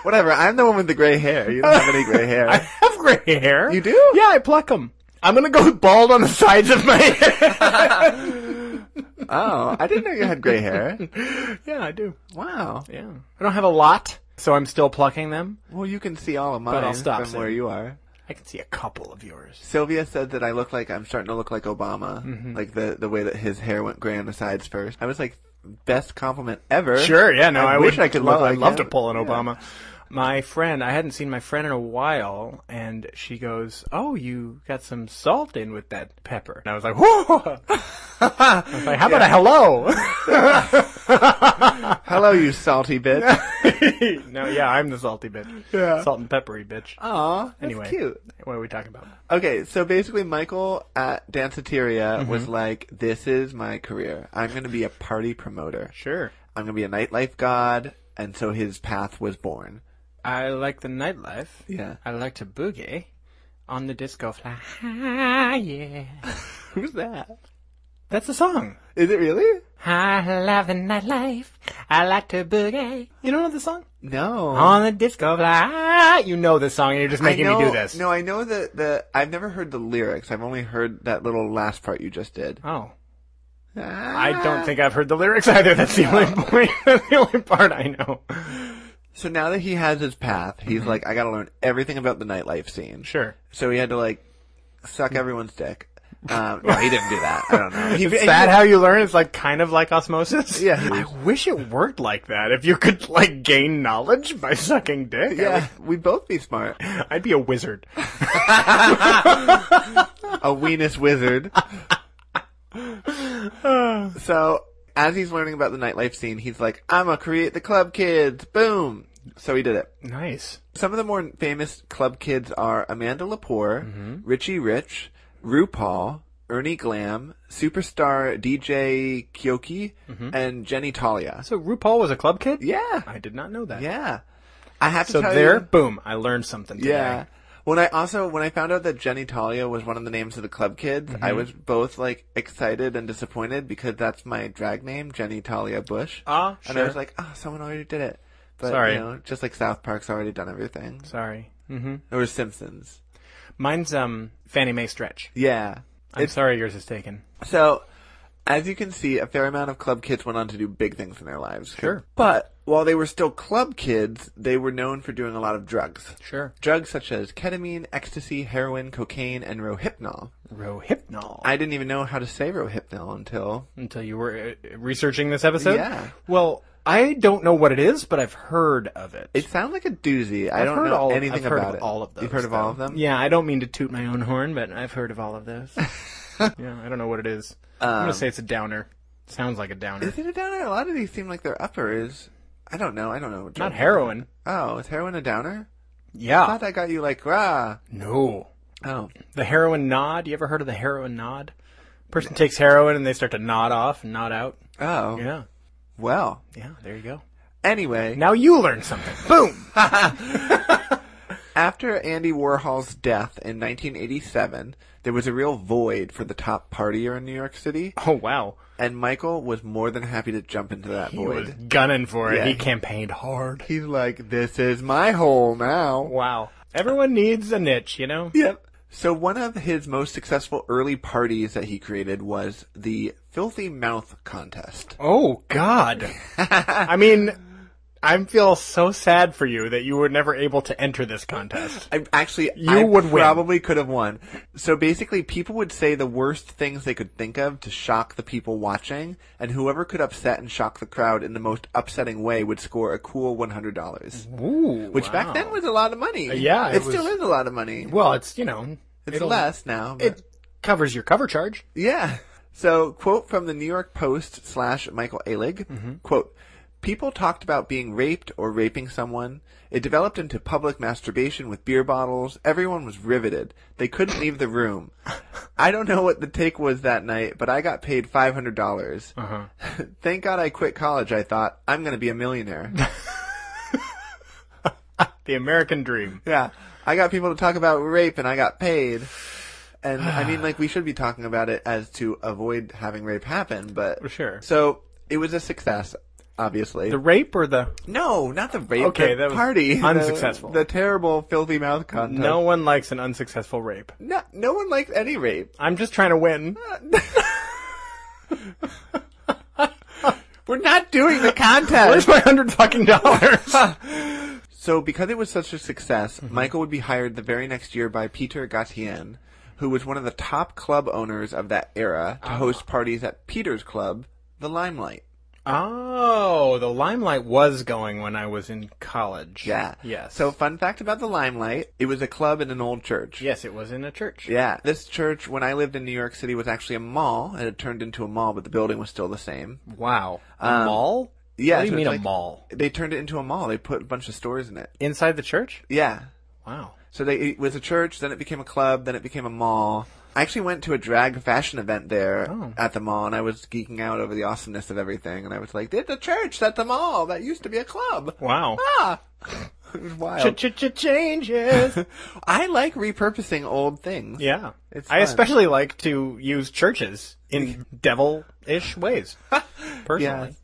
[SPEAKER 4] Whatever. I'm the one with the gray hair. You don't have any gray
[SPEAKER 1] I
[SPEAKER 4] hair.
[SPEAKER 1] have gray hair.
[SPEAKER 4] You do?
[SPEAKER 1] Yeah, I pluck them. I'm gonna go bald on the sides of my head.
[SPEAKER 4] Oh, I didn't know you had gray hair.
[SPEAKER 1] yeah, I do.
[SPEAKER 4] Wow.
[SPEAKER 1] Yeah. I don't have a lot, so I'm still plucking them.
[SPEAKER 4] Well, you can see all of mine
[SPEAKER 1] I'll stop
[SPEAKER 4] from
[SPEAKER 1] soon.
[SPEAKER 4] where you are.
[SPEAKER 1] I can see a couple of yours.
[SPEAKER 4] Sylvia said that I look like I'm starting to look like Obama,
[SPEAKER 1] Mm-hmm.
[SPEAKER 4] like the the way that his hair went gray on the sides first. I was like, best compliment ever.
[SPEAKER 1] Sure, yeah, no, I,
[SPEAKER 4] I
[SPEAKER 1] would
[SPEAKER 4] wish I could
[SPEAKER 1] love,
[SPEAKER 4] look
[SPEAKER 1] I'd
[SPEAKER 4] like
[SPEAKER 1] love to
[SPEAKER 4] him.
[SPEAKER 1] pull an
[SPEAKER 4] Yeah.
[SPEAKER 1] Obama. My friend, I hadn't seen my friend in a while, and she goes, "Oh, you got some salt in with that pepper." And I was like, "Whoa!" I was like, "How about a hello?"
[SPEAKER 4] Hello, you salty bitch.
[SPEAKER 1] no, yeah, I'm the salty bitch.
[SPEAKER 4] Yeah.
[SPEAKER 1] Salt and peppery bitch.
[SPEAKER 4] Aw, that's
[SPEAKER 1] anyway,
[SPEAKER 4] cute.
[SPEAKER 1] what are we talking about?
[SPEAKER 4] Okay, so basically, Michael at Danceteria was
[SPEAKER 1] Mm-hmm.
[SPEAKER 4] like, "This is my career. I'm going to be a party promoter.
[SPEAKER 1] Sure.
[SPEAKER 4] I'm going to be a nightlife god." And so his path was born.
[SPEAKER 1] I like the nightlife.
[SPEAKER 4] Yeah.
[SPEAKER 1] I like to boogie on the disco fly. Hi, yeah.
[SPEAKER 4] Who's that?
[SPEAKER 1] That's a song.
[SPEAKER 4] Is it really?
[SPEAKER 1] I love the nightlife. I like to boogie. You don't know the song?
[SPEAKER 4] No.
[SPEAKER 1] On the disco fly. You know this song, and you're just
[SPEAKER 4] I
[SPEAKER 1] making
[SPEAKER 4] know-
[SPEAKER 1] me do this.
[SPEAKER 4] No, I know the the. I've never heard the lyrics. I've only heard that little last part you just did. Ah.
[SPEAKER 1] Oh.
[SPEAKER 4] I
[SPEAKER 1] I don't think I've heard the lyrics either. That's the only point. That's the only part I know.
[SPEAKER 4] So now that he has his path, he's like, I gotta learn everything about the nightlife scene.
[SPEAKER 1] Mm-hmm. Sure.
[SPEAKER 4] So he had to like suck everyone's dick. Um, no, he didn't do that. I don't know. He,
[SPEAKER 1] Is that how you learn? It's like kind of like osmosis.
[SPEAKER 4] Yeah.
[SPEAKER 1] I wish it worked like that. If you could like gain knowledge by sucking dick, I
[SPEAKER 4] Yeah, we'd both be smart.
[SPEAKER 1] would- I'd be a wizard.
[SPEAKER 4] A weenus wizard. so as he's learning about the nightlife scene, he's like, I'm gonna create the club kids. Boom. So he did it.
[SPEAKER 1] Nice.
[SPEAKER 4] Some of the more famous club kids are Amanda Lepore, Richie Rich, RuPaul, Ernie Glam, superstar DJ Kyoki, and Jenny Talia.
[SPEAKER 1] So RuPaul was a club kid?
[SPEAKER 4] Yeah,
[SPEAKER 1] I did not know that.
[SPEAKER 4] yeah. I have to
[SPEAKER 1] So
[SPEAKER 4] tell
[SPEAKER 1] there,
[SPEAKER 4] you-
[SPEAKER 1] boom, I learned something today.
[SPEAKER 4] yeah. When I also when I found out that Jenny Talia was one of the names of the club kids,
[SPEAKER 1] Mm-hmm.
[SPEAKER 4] I was both like excited and disappointed because that's my drag name, Jenny Talia Bush.
[SPEAKER 1] Ah,
[SPEAKER 4] and
[SPEAKER 1] sure.
[SPEAKER 4] I was like, oh, someone already did it. But
[SPEAKER 1] Sorry.
[SPEAKER 4] you know, just like South Park's already done everything,
[SPEAKER 1] Sorry. hmm
[SPEAKER 4] or Simpsons.
[SPEAKER 1] Mine's um Fannie Mae Stretch.
[SPEAKER 4] Yeah.
[SPEAKER 1] I'm sorry yours is taken.
[SPEAKER 4] So As you can see, a fair amount of club kids went on to do big things in their lives. Sure. But while they were still club kids, they were known for doing a lot of drugs.
[SPEAKER 1] Sure.
[SPEAKER 4] Drugs such as ketamine, ecstasy, heroin, cocaine, and rohypnol.
[SPEAKER 1] Rohypnol.
[SPEAKER 4] I didn't even know how to say rohypnol until
[SPEAKER 1] Until you were uh, researching this episode?
[SPEAKER 4] Yeah.
[SPEAKER 1] Well, I don't know what it is, but I've heard of it.
[SPEAKER 4] it sounds like a doozy. I
[SPEAKER 1] I've
[SPEAKER 4] don't
[SPEAKER 1] heard
[SPEAKER 4] know
[SPEAKER 1] all-
[SPEAKER 4] anything
[SPEAKER 1] I've heard
[SPEAKER 4] about
[SPEAKER 1] of
[SPEAKER 4] it.
[SPEAKER 1] all of those,
[SPEAKER 4] You've heard of
[SPEAKER 1] though.
[SPEAKER 4] all of them?
[SPEAKER 1] Yeah, I don't mean to toot my own horn, but I've heard of all of those. yeah, I don't know what it is. I'm
[SPEAKER 4] Um,
[SPEAKER 1] gonna say it's a downer. Sounds like a downer.
[SPEAKER 4] Is it a downer? A lot of these seem like they're uppers. I don't know. I don't know. what
[SPEAKER 1] Not Ah.
[SPEAKER 4] drug-
[SPEAKER 1] heroin.
[SPEAKER 4] Oh, is heroin a downer? I
[SPEAKER 1] Yeah.
[SPEAKER 4] thought I got you like rah.
[SPEAKER 1] No.
[SPEAKER 4] Oh,
[SPEAKER 1] The heroin nod. You ever heard of the heroin nod? Person takes heroin and they start to nod off and nod out.
[SPEAKER 4] oh.
[SPEAKER 1] Yeah.
[SPEAKER 4] Well,
[SPEAKER 1] Yeah. There you go.
[SPEAKER 4] anyway,
[SPEAKER 1] Now you learn something. Boom.
[SPEAKER 4] after Andy Warhol's death in 1987, there was a real void for the top partier in New York City,
[SPEAKER 1] Oh wow.
[SPEAKER 4] and Michael was more than happy to jump into that
[SPEAKER 1] He was
[SPEAKER 4] void.
[SPEAKER 1] gunning for it.
[SPEAKER 4] Yeah.
[SPEAKER 1] He campaigned hard.
[SPEAKER 4] He's like, "This is my hole now."
[SPEAKER 1] Wow. Everyone needs a niche, you know.
[SPEAKER 4] Yep. So one of his most successful early parties that he created was the Filthy Mouth contest.
[SPEAKER 1] Oh God! I mean, I feel so sad for you that you were never able to enter this contest.
[SPEAKER 4] I actually
[SPEAKER 1] You
[SPEAKER 4] I
[SPEAKER 1] would win.
[SPEAKER 4] probably could have won. So basically people would say the worst things they could think of to shock the people watching and whoever could upset and shock the crowd in the most upsetting way would score a cool $100.
[SPEAKER 1] Ooh,
[SPEAKER 4] Which back then was a lot of money.
[SPEAKER 1] Yeah,
[SPEAKER 4] It,
[SPEAKER 1] it
[SPEAKER 4] still
[SPEAKER 1] was-
[SPEAKER 4] is a lot of money.
[SPEAKER 1] well, it's you know,
[SPEAKER 4] it's
[SPEAKER 1] it'll-
[SPEAKER 4] less now. But
[SPEAKER 1] It covers your cover charge.
[SPEAKER 4] yeah. So quote from the New York Post slash Michael Alig, quote, People talked about being raped or raping someone. It developed into public masturbation with beer bottles. Everyone was riveted. They couldn't leave the room. I don't know what the take was that night, but I got paid $500. dollars Thank God I quit college, I thought. I'm going to be a millionaire.
[SPEAKER 1] The American Dream.
[SPEAKER 4] yeah. I got people to talk about rape and I got paid. And I mean, like, we should be talking about it as to avoid having rape happen, but.
[SPEAKER 1] Sure.
[SPEAKER 4] So it was a success, obviously.
[SPEAKER 1] The rape or the
[SPEAKER 4] no, not the rape.
[SPEAKER 1] Okay,
[SPEAKER 4] the
[SPEAKER 1] that was
[SPEAKER 4] party The-
[SPEAKER 1] unsuccessful.
[SPEAKER 4] The, terrible filthy mouth contest.
[SPEAKER 1] no one likes an unsuccessful rape.
[SPEAKER 4] no, no one liked any rape.
[SPEAKER 1] I'm just trying to win.
[SPEAKER 4] We're not doing the contest.
[SPEAKER 1] Where's my hundred fucking dollars?
[SPEAKER 4] So, because it was such a success, Michael would be hired the very next year by Peter Gatien, who was one of the top club owners of that era, to host parties at Peter's club, the Limelight.
[SPEAKER 1] oh, the limelight was going when I was in college.
[SPEAKER 4] Yeah.
[SPEAKER 1] Yes.
[SPEAKER 4] So, fun fact about the Limelight: it was a club in an old church.
[SPEAKER 1] yes, it was in a church.
[SPEAKER 4] Yeah, this church, when I lived in New York City, was actually a mall. It had turned into a mall, but the building was still the same.
[SPEAKER 1] Wow. A mall?
[SPEAKER 4] Um, Yeah,
[SPEAKER 1] What do you
[SPEAKER 4] so
[SPEAKER 1] mean
[SPEAKER 4] it's
[SPEAKER 1] a
[SPEAKER 4] like-
[SPEAKER 1] mall?
[SPEAKER 4] They turned it into a mall. They put a bunch of stores in it.
[SPEAKER 1] Inside the church?
[SPEAKER 4] Yeah.
[SPEAKER 1] Wow.
[SPEAKER 4] So they, it was a church, then it became a club, then it became a mall. I actually went to a drag fashion event there
[SPEAKER 1] Oh.
[SPEAKER 4] at the mall, and I was geeking out over the awesomeness of everything. And I was like, "There's a church that's a mall that used to be a club."
[SPEAKER 1] Wow.
[SPEAKER 4] Ah, it was wild.
[SPEAKER 1] Changes.
[SPEAKER 4] I like repurposing old things.
[SPEAKER 1] yeah.
[SPEAKER 4] It's
[SPEAKER 1] I
[SPEAKER 4] fun. Mm.
[SPEAKER 1] especially like to use churches in devil-ish ways. Personally.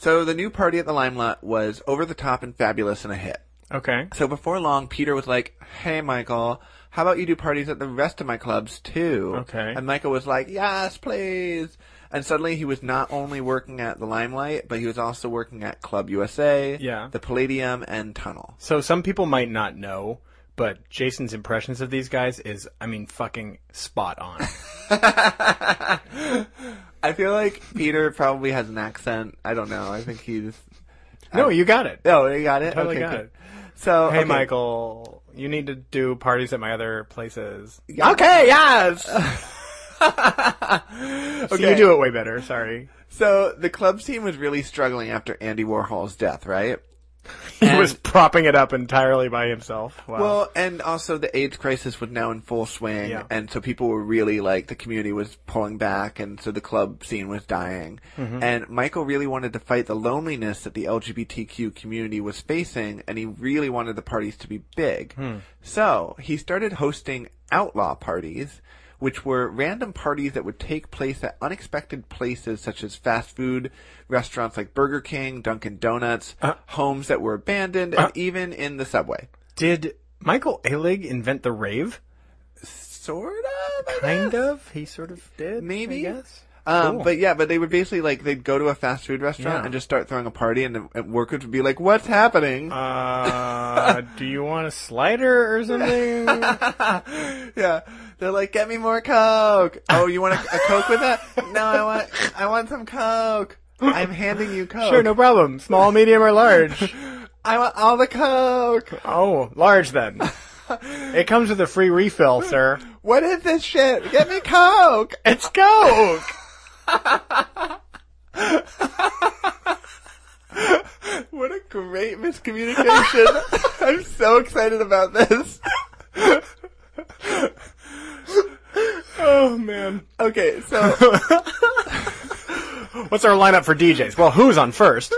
[SPEAKER 4] So the new party at the Limelight was over the top and fabulous and a hit.
[SPEAKER 1] Okay.
[SPEAKER 4] So before long, Peter was like, "Hey, Michael, how about you do parties at the rest of my clubs too?"
[SPEAKER 1] Okay.
[SPEAKER 4] And Michael was like, "Yes, please." And suddenly, he was not only working at the Limelight, but he was also working at Club USA,
[SPEAKER 1] Yeah.
[SPEAKER 4] the Palladium, and Tunnel.
[SPEAKER 1] So some people might not know, but Jason's impressions of these guys is, I mean, fucking spot on.
[SPEAKER 4] I feel like Peter probably has an accent. I don't know. I think he's.
[SPEAKER 1] no, you got it.
[SPEAKER 4] Oh, you got it.
[SPEAKER 1] Totally
[SPEAKER 4] okay,
[SPEAKER 1] got
[SPEAKER 4] good.
[SPEAKER 1] it.
[SPEAKER 4] So,
[SPEAKER 1] Hey,
[SPEAKER 4] okay.
[SPEAKER 1] Michael, you need to do parties at my other places.
[SPEAKER 4] Okay, yes.
[SPEAKER 1] So you do it way better. Sorry.
[SPEAKER 4] So the club scene was really struggling after Andy Warhol's death, right?
[SPEAKER 1] He was propping it up entirely by himself. Wow.
[SPEAKER 4] Well, and also the AIDS crisis was now in full swing,
[SPEAKER 1] Yeah.
[SPEAKER 4] and so people were really like the community was pulling back, and so the club scene was dying.
[SPEAKER 1] Mm-hmm.
[SPEAKER 4] And Michael really wanted to fight the loneliness that the LGBTQ community was facing, and he really wanted the parties to be big.
[SPEAKER 1] Hmm.
[SPEAKER 4] So he started hosting outlaw parties. Which were random parties that would take place at unexpected places such as fast food restaurants like Burger King, Dunkin' Donuts,
[SPEAKER 1] Uh.
[SPEAKER 4] homes that were abandoned, and even in the subway.
[SPEAKER 1] Did Michael Alig invent the rave?
[SPEAKER 4] Sort of, I
[SPEAKER 1] Kind
[SPEAKER 4] guess.
[SPEAKER 1] of. He sort of did.
[SPEAKER 4] Maybe.
[SPEAKER 1] I guess.
[SPEAKER 4] Um,
[SPEAKER 1] Cool.
[SPEAKER 4] But yeah, but they would basically like they'd go to a fast food restaurant
[SPEAKER 1] Yeah.
[SPEAKER 4] and just start throwing a party, and, the and workers would be like, "What's happening?"
[SPEAKER 1] Uh, do you want a slider or something?
[SPEAKER 4] yeah, they're like, "Get me more coke." Oh, you want a, a coke with that? No, I want I want some coke. I'm handing you coke.
[SPEAKER 1] Sure, no problem. Small, medium, or large.
[SPEAKER 4] I want all the coke.
[SPEAKER 1] Oh, large then. It comes with a free refill, sir.
[SPEAKER 4] What is this shit? Get me coke.
[SPEAKER 1] It's Coke!
[SPEAKER 4] What a great miscommunication. I'm so excited about this.
[SPEAKER 1] Oh, man.
[SPEAKER 4] Okay, so
[SPEAKER 1] What's our lineup for DJs? Well, who's on first?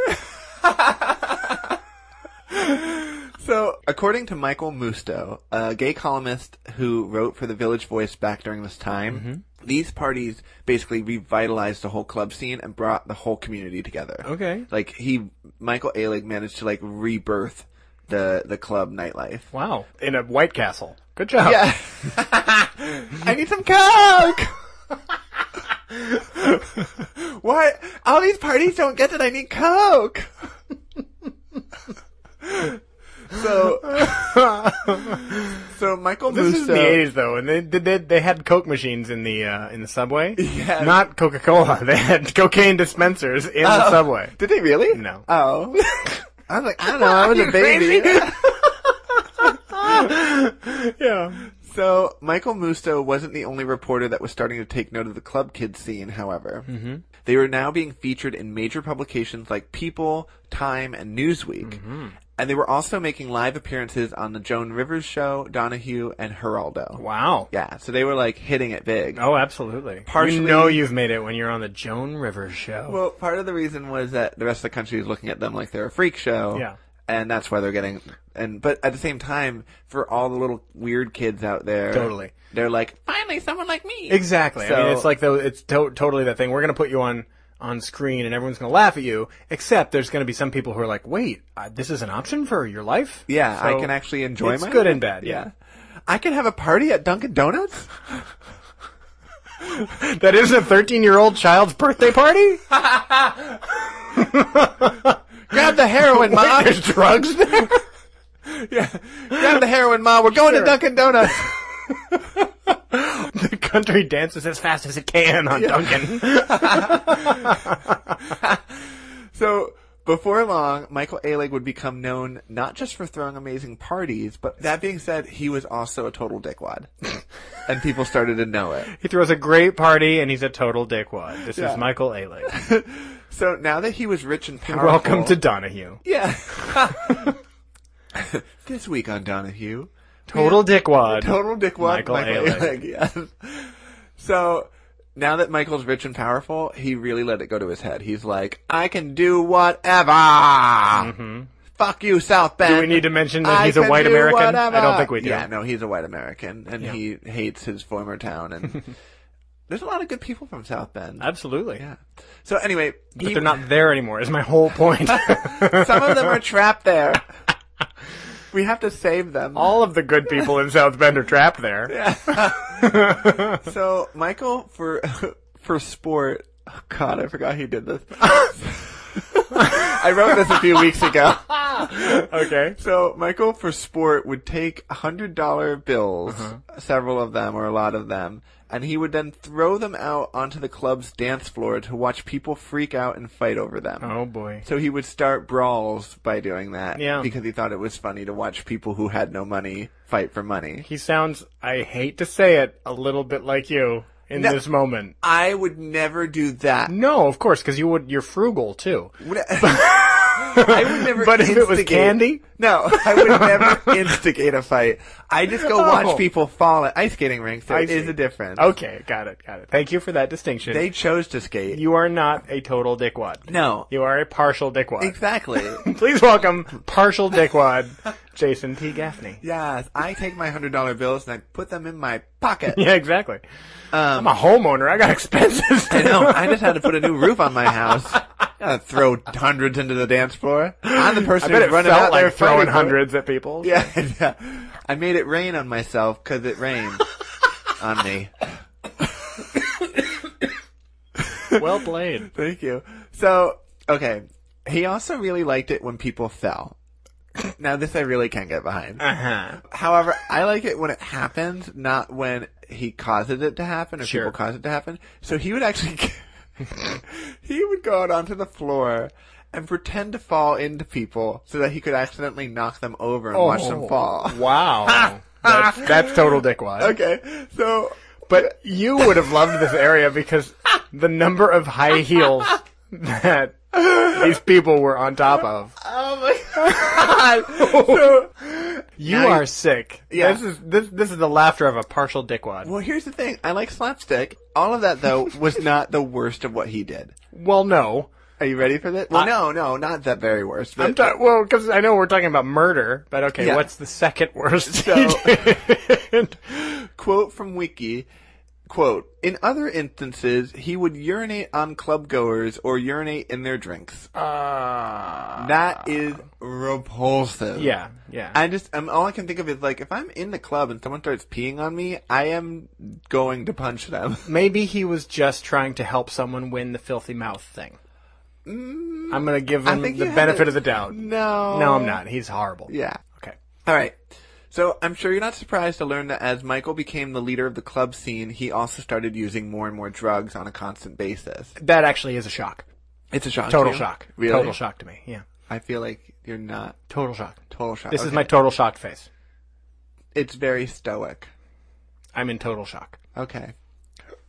[SPEAKER 4] so according to Michael Musto, a gay columnist who wrote for the Village Voice back during this time,
[SPEAKER 1] Mm-hmm.
[SPEAKER 4] these parties basically revitalized the whole club scene and brought the whole community together.
[SPEAKER 1] Okay.
[SPEAKER 4] Like he Michael Alig managed to like rebirth the the club nightlife.
[SPEAKER 1] Wow. In a White Castle. Good job.
[SPEAKER 4] Yeah. I need some coke. what? All these parties don't get that I need coke. so, so Michael
[SPEAKER 1] This is
[SPEAKER 4] Musso.
[SPEAKER 1] the 80s, though, and they did they, they had Coke machines in the uh, in the subway.
[SPEAKER 4] Yeah.
[SPEAKER 1] Not Coca-Cola. They had cocaine dispensers in
[SPEAKER 4] Oh.
[SPEAKER 1] the subway.
[SPEAKER 4] Did they really?
[SPEAKER 1] No.
[SPEAKER 4] Oh. I was like, I don't know. I was
[SPEAKER 1] You
[SPEAKER 4] a baby.
[SPEAKER 1] crazy? Yeah.
[SPEAKER 4] So Michael Musto wasn't the only reporter that was starting to take note of the club kids scene, however. Mm-hmm. They were now being featured in major publications like People, Time, and Newsweek.
[SPEAKER 1] Mm-hmm.
[SPEAKER 4] And they were also making live appearances on the Joan Rivers show, Donahue, and Geraldo.
[SPEAKER 1] Wow.
[SPEAKER 4] Yeah, so they were like hitting it big.
[SPEAKER 1] Oh, absolutely.
[SPEAKER 4] Partially-
[SPEAKER 1] You know you've made it when you're on the Joan Rivers show.
[SPEAKER 4] Well, part of the reason was that the rest of the country is looking at them like they're a freak show.
[SPEAKER 1] Yeah.
[SPEAKER 4] And that's why they're getting and but at the same time, for all the little weird kids out there
[SPEAKER 1] Totally.
[SPEAKER 4] They're like, Finally someone like me.
[SPEAKER 1] Exactly. I
[SPEAKER 4] So-
[SPEAKER 1] mean, it's like though it's to- totally that thing. We're going to put you on on screen, and everyone's going to laugh at you. Except there's going to be some people who are like, "Wait, uh, this is an option for your life."
[SPEAKER 4] Yeah, I
[SPEAKER 1] So
[SPEAKER 4] can actually enjoy
[SPEAKER 1] It's
[SPEAKER 4] my
[SPEAKER 1] good and bad.
[SPEAKER 4] Yeah.
[SPEAKER 1] Yeah,
[SPEAKER 4] I can have a party at Dunkin' Donuts?
[SPEAKER 1] that is a 13 year old child's birthday party.
[SPEAKER 4] Grab the heroin, Ma.
[SPEAKER 1] There's drugs there.
[SPEAKER 4] Grab the heroin, Ma. We're going to
[SPEAKER 1] Sure.
[SPEAKER 4] Dunkin' Donuts.
[SPEAKER 1] the country dances as fast as it can on Duncan.
[SPEAKER 4] so before long, Michael Alig would become known not just for throwing amazing parties, but that being said, he was also a total dickwad. and people started to know it.
[SPEAKER 1] he throws a great party, and he's a total dickwad. This
[SPEAKER 4] Yeah.
[SPEAKER 1] is Michael Alec.
[SPEAKER 4] So now that he was rich and powerful.
[SPEAKER 1] Welcome to Donahue.
[SPEAKER 4] Yeah. this week on Donahue.
[SPEAKER 1] Total dickwad.
[SPEAKER 4] Total dickwad.
[SPEAKER 1] Michael Alig.
[SPEAKER 4] yes. So now that Michael's rich and powerful, he really let it go to his head. He's like, I can do whatever. Fuck you, South Bend.
[SPEAKER 1] Mm-hmm. Do we need to mention that
[SPEAKER 4] I
[SPEAKER 1] he's a
[SPEAKER 4] can
[SPEAKER 1] white
[SPEAKER 4] do
[SPEAKER 1] American?
[SPEAKER 4] whatever."
[SPEAKER 1] I don't think we do.
[SPEAKER 4] Yeah, no, he's a white American, and he hates his former town. And there's a lot of good people from South Bend.
[SPEAKER 1] Absolutely.
[SPEAKER 4] yeah. So anyway,
[SPEAKER 1] But
[SPEAKER 4] he-
[SPEAKER 1] they're not there anymore. Is my whole point.
[SPEAKER 4] some of them are trapped there. We have to save them.
[SPEAKER 1] All of the good people in South Bend are trapped there.
[SPEAKER 4] So Michael for for sport. Oh God, I forgot he did this. I wrote this a few weeks ago.
[SPEAKER 1] Okay.
[SPEAKER 4] So Michael for sport would take hundred dollar bills,
[SPEAKER 1] Uh-huh.
[SPEAKER 4] several of them or a lot of them, and he would then throw them out onto the club's dance floor to watch people freak out and fight over them.
[SPEAKER 1] Oh boy.
[SPEAKER 4] So he would start brawls by doing that
[SPEAKER 1] Yeah.
[SPEAKER 4] because he thought it was funny to watch people who had no money fight for money.
[SPEAKER 1] He sounds, I hate to say it, a little bit like you in
[SPEAKER 4] No.
[SPEAKER 1] this moment.
[SPEAKER 4] I would never do that.
[SPEAKER 1] No, of course, because you would, you're frugal too.
[SPEAKER 4] I would never.
[SPEAKER 1] But if it was
[SPEAKER 4] instigate-
[SPEAKER 1] candy?
[SPEAKER 4] no, I would never instigate a fight. I just go
[SPEAKER 1] Oh.
[SPEAKER 4] watch people fall at ice skating rinks. There
[SPEAKER 1] I
[SPEAKER 4] is
[SPEAKER 1] see.
[SPEAKER 4] a difference.
[SPEAKER 1] Okay, got it, got it. Thank you for that distinction.
[SPEAKER 4] they chose to skate.
[SPEAKER 1] you are not a total dickwad.
[SPEAKER 4] no,
[SPEAKER 1] You are a partial dickwad.
[SPEAKER 4] exactly.
[SPEAKER 1] Please welcome partial dickwad, Jason T. Gaffney.
[SPEAKER 4] yes, I take my hundred dollar bills and I put them in my pocket.
[SPEAKER 1] Yeah, exactly. I'm
[SPEAKER 4] Um,
[SPEAKER 1] a homeowner. I got expenses.
[SPEAKER 4] I know. I just had to put a new roof on my house. Gotta throw hundreds into the dance floor. I'm the
[SPEAKER 1] I
[SPEAKER 4] person
[SPEAKER 1] bet
[SPEAKER 4] who's
[SPEAKER 1] it
[SPEAKER 4] running
[SPEAKER 1] felt
[SPEAKER 4] out there
[SPEAKER 1] like throwing
[SPEAKER 4] fighting for it.
[SPEAKER 1] hundreds at people.
[SPEAKER 4] Yeah, yeah. I made it rain on myself because it rained on me.
[SPEAKER 1] well played.
[SPEAKER 4] Thank you. So, okay. He also really liked it when people fell. Now, this I really can't get behind.
[SPEAKER 1] Uh
[SPEAKER 4] Uh-huh.
[SPEAKER 1] huh.
[SPEAKER 4] However, I like it when it happens, not when he causes it to happen or
[SPEAKER 1] Sure.
[SPEAKER 4] people cause it to happen. So he would actually, he would go out onto the floor and pretend to fall into people so that he could accidentally knock them over and watch
[SPEAKER 1] Oh.
[SPEAKER 4] them fall.
[SPEAKER 1] Wow. that's, that's total
[SPEAKER 4] Oh,
[SPEAKER 1] dickwad.
[SPEAKER 4] Okay, so
[SPEAKER 1] But you would have loved this area because the number of high heels that these people were on top of.
[SPEAKER 4] Oh so
[SPEAKER 1] You
[SPEAKER 4] Now you-
[SPEAKER 1] are sick.
[SPEAKER 4] Yeah.
[SPEAKER 1] This is this this is the laughter of a partial dickwad.
[SPEAKER 4] well, here's the thing. I like slapstick. All of that though was not the worst of what he did.
[SPEAKER 1] Well, no.
[SPEAKER 4] Are you ready for that? Well,
[SPEAKER 1] I-
[SPEAKER 4] no, no, not the very worst. But
[SPEAKER 1] I'm ta- well, because I know we're talking about murder, but okay,
[SPEAKER 4] Yeah.
[SPEAKER 1] what's the second worst?
[SPEAKER 4] So-
[SPEAKER 1] he did?
[SPEAKER 4] quote from Wiki. Quote, in other instances, he would urinate on clubgoers or urinate in their drinks.
[SPEAKER 1] Uh,
[SPEAKER 4] That is repulsive.
[SPEAKER 1] yeah, yeah.
[SPEAKER 4] I just, um, all I can think of is like, if I'm in the club and someone starts peeing on me, I am going to punch them.
[SPEAKER 1] Maybe he was just trying to help someone win the filthy mouth thing. I'm gonna give
[SPEAKER 4] Mm, I
[SPEAKER 1] him
[SPEAKER 4] think
[SPEAKER 1] the
[SPEAKER 4] you had
[SPEAKER 1] benefit
[SPEAKER 4] a-
[SPEAKER 1] of the doubt.
[SPEAKER 4] No.
[SPEAKER 1] No, I'm not. He's horrible.
[SPEAKER 4] Yeah.
[SPEAKER 1] Okay.
[SPEAKER 4] All right. So I'm sure you're not surprised to learn that as Michael became the leader of the club scene, he also started using more and more drugs on a constant basis.
[SPEAKER 1] That actually is a shock.
[SPEAKER 4] It's a shock. to
[SPEAKER 1] Total
[SPEAKER 4] you?
[SPEAKER 1] shock.
[SPEAKER 4] Really?
[SPEAKER 1] Total shock to me. Yeah.
[SPEAKER 4] I feel like you're not
[SPEAKER 1] Total shock.
[SPEAKER 4] total shock.
[SPEAKER 1] This is
[SPEAKER 4] Okay.
[SPEAKER 1] my total shock face.
[SPEAKER 4] It's very stoic.
[SPEAKER 1] I'm in total shock.
[SPEAKER 4] Okay.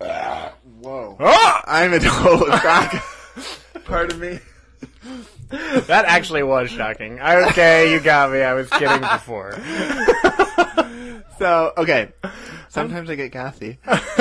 [SPEAKER 1] Ah!
[SPEAKER 4] whoa. I'm in total shock. Pardon me.
[SPEAKER 1] That actually was shocking. Okay, you got me. I was kidding before.
[SPEAKER 4] So, okay. Sometimes I get gassy. All